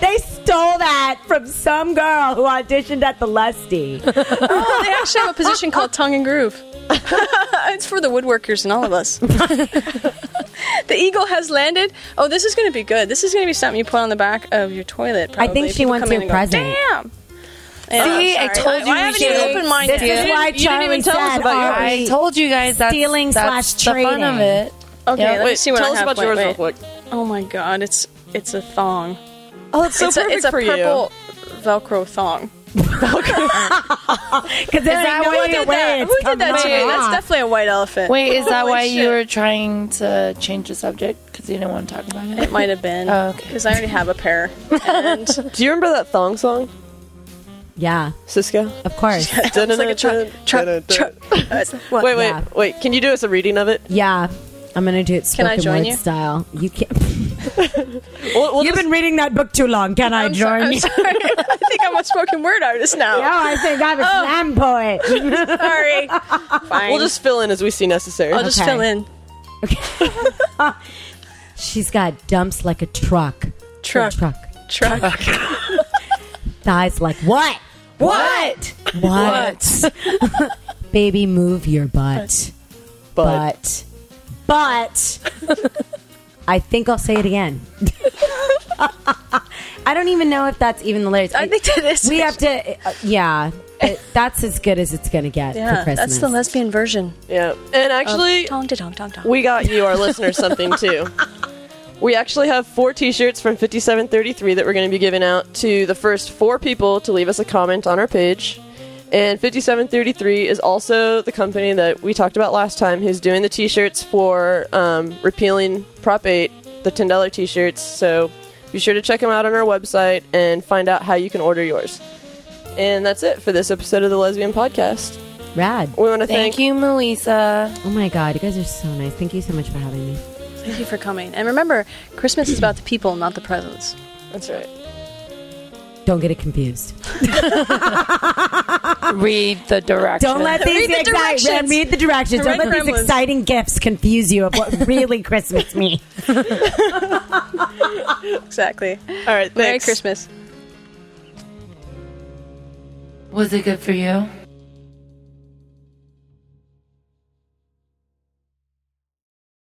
[SPEAKER 1] they stole that from some girl who auditioned at the lusty.
[SPEAKER 2] Oh, they actually have a position called tongue and groove. it's for the woodworkers and all of us. the eagle has landed. Oh, this is going to be good. This is going to be something you put on the back of your toilet. Probably.
[SPEAKER 1] I think she
[SPEAKER 2] People
[SPEAKER 1] wants
[SPEAKER 2] come in
[SPEAKER 1] your
[SPEAKER 2] and go,
[SPEAKER 1] present.
[SPEAKER 2] Damn.
[SPEAKER 3] See, I told you
[SPEAKER 2] I
[SPEAKER 3] we
[SPEAKER 2] haven't
[SPEAKER 3] should.
[SPEAKER 2] even opened mine
[SPEAKER 1] This
[SPEAKER 2] yet.
[SPEAKER 1] is why
[SPEAKER 5] you didn't
[SPEAKER 1] Charlie
[SPEAKER 5] even tell us
[SPEAKER 1] said,
[SPEAKER 5] about
[SPEAKER 1] "Are
[SPEAKER 5] yours."
[SPEAKER 1] we
[SPEAKER 3] I told you guys that's,
[SPEAKER 1] Stealing
[SPEAKER 3] that's
[SPEAKER 1] slash
[SPEAKER 3] the fun of
[SPEAKER 1] trading.
[SPEAKER 3] it.
[SPEAKER 2] Okay,
[SPEAKER 3] Yeah.
[SPEAKER 2] let me
[SPEAKER 5] Wait,
[SPEAKER 2] see what
[SPEAKER 5] tell
[SPEAKER 2] I
[SPEAKER 5] us
[SPEAKER 2] have.
[SPEAKER 5] about
[SPEAKER 2] Wait,
[SPEAKER 5] yours
[SPEAKER 2] wait.
[SPEAKER 5] real quick.
[SPEAKER 2] Oh my god, it's it's a thong.
[SPEAKER 5] Oh, it's so
[SPEAKER 2] it's a,
[SPEAKER 5] perfect
[SPEAKER 2] it's a
[SPEAKER 5] for you.
[SPEAKER 2] purple Velcro thong.
[SPEAKER 1] Because then I
[SPEAKER 3] that
[SPEAKER 1] know
[SPEAKER 3] what
[SPEAKER 1] in
[SPEAKER 3] did
[SPEAKER 1] a way
[SPEAKER 2] that?
[SPEAKER 1] it's
[SPEAKER 2] Who did that
[SPEAKER 1] coming
[SPEAKER 2] to you?
[SPEAKER 1] off.
[SPEAKER 2] That's definitely a white elephant.
[SPEAKER 3] Wait, is that
[SPEAKER 2] Holy
[SPEAKER 3] why
[SPEAKER 2] shit.
[SPEAKER 3] you were trying to change the subject because you didn't want to talk about it?
[SPEAKER 2] It might have been.
[SPEAKER 3] Oh, okay.
[SPEAKER 2] Because I already have a pair. And
[SPEAKER 5] Do you remember that thong song,
[SPEAKER 1] Yeah,
[SPEAKER 5] Siska?
[SPEAKER 1] of course.
[SPEAKER 2] it's like a truck, truck, truck. Uh, what?
[SPEAKER 5] Wait,
[SPEAKER 1] Yeah.
[SPEAKER 5] wait, wait. Can you do us a reading of it?
[SPEAKER 1] Yeah. I'm gonna do it
[SPEAKER 2] Can I
[SPEAKER 1] spoken
[SPEAKER 2] join
[SPEAKER 1] word
[SPEAKER 2] you?
[SPEAKER 1] style. You can't.
[SPEAKER 5] We'll, we'll
[SPEAKER 1] You've
[SPEAKER 5] just-
[SPEAKER 1] been reading that book too long. Can I
[SPEAKER 2] I'm, so-
[SPEAKER 1] join
[SPEAKER 2] I'm
[SPEAKER 1] you?
[SPEAKER 2] sorry. I think I'm a spoken word artist now.
[SPEAKER 1] No, I think I'm a
[SPEAKER 2] Oh.
[SPEAKER 1] slam poet.
[SPEAKER 2] Sorry. Fine.
[SPEAKER 5] we'll just fill in as we see necessary.
[SPEAKER 2] I'll just
[SPEAKER 1] Okay.
[SPEAKER 2] fill in.
[SPEAKER 1] She's got dumps like a truck.
[SPEAKER 2] Truck.
[SPEAKER 1] Truck.
[SPEAKER 2] Truck.
[SPEAKER 1] Thighs like what?
[SPEAKER 3] What?
[SPEAKER 1] What? Baby, move your butt.
[SPEAKER 5] but
[SPEAKER 1] But, but, I think I'll say it again. I don't even know if that's even the lyrics.
[SPEAKER 2] I think that is.
[SPEAKER 1] we have to. Uh, yeah, it, that's as good as it's gonna get for
[SPEAKER 2] Yeah,
[SPEAKER 1] Christmas.
[SPEAKER 2] that's the lesbian version.
[SPEAKER 5] yeah, and actually,
[SPEAKER 2] Tong to tong tong tong.
[SPEAKER 5] we got you, our listeners, something too. We actually have four T-shirts from 5733 that we're going to be giving out to the first four people to leave us a comment on our page. And 5733 is also the company that we talked about last time, who's doing the T-shirts for um, repealing Prop 8, the ten dollar T-shirts. So be sure to check them out on our website and find out how you can order yours. And that's it for this episode of the Lesbian Podcast.
[SPEAKER 1] Rad.
[SPEAKER 5] We want to
[SPEAKER 3] Thank you, Melissa.
[SPEAKER 1] Oh my god, you guys are so nice. Thank you so much for having me.
[SPEAKER 2] Thank you for coming. And remember, Christmas is about the people, not the presents.
[SPEAKER 5] That's right.
[SPEAKER 1] Don't get it confused.
[SPEAKER 3] Read the directions.
[SPEAKER 1] Don't let these
[SPEAKER 2] Read the
[SPEAKER 1] exci-
[SPEAKER 2] directions.
[SPEAKER 1] read the directions.
[SPEAKER 2] Correct
[SPEAKER 1] Don't let these
[SPEAKER 2] gremlins.
[SPEAKER 1] exciting gifts confuse you of what really Christmas means.
[SPEAKER 2] Exactly.
[SPEAKER 5] All right.
[SPEAKER 2] Merry
[SPEAKER 5] thanks.
[SPEAKER 2] Christmas.
[SPEAKER 3] Was it good for you?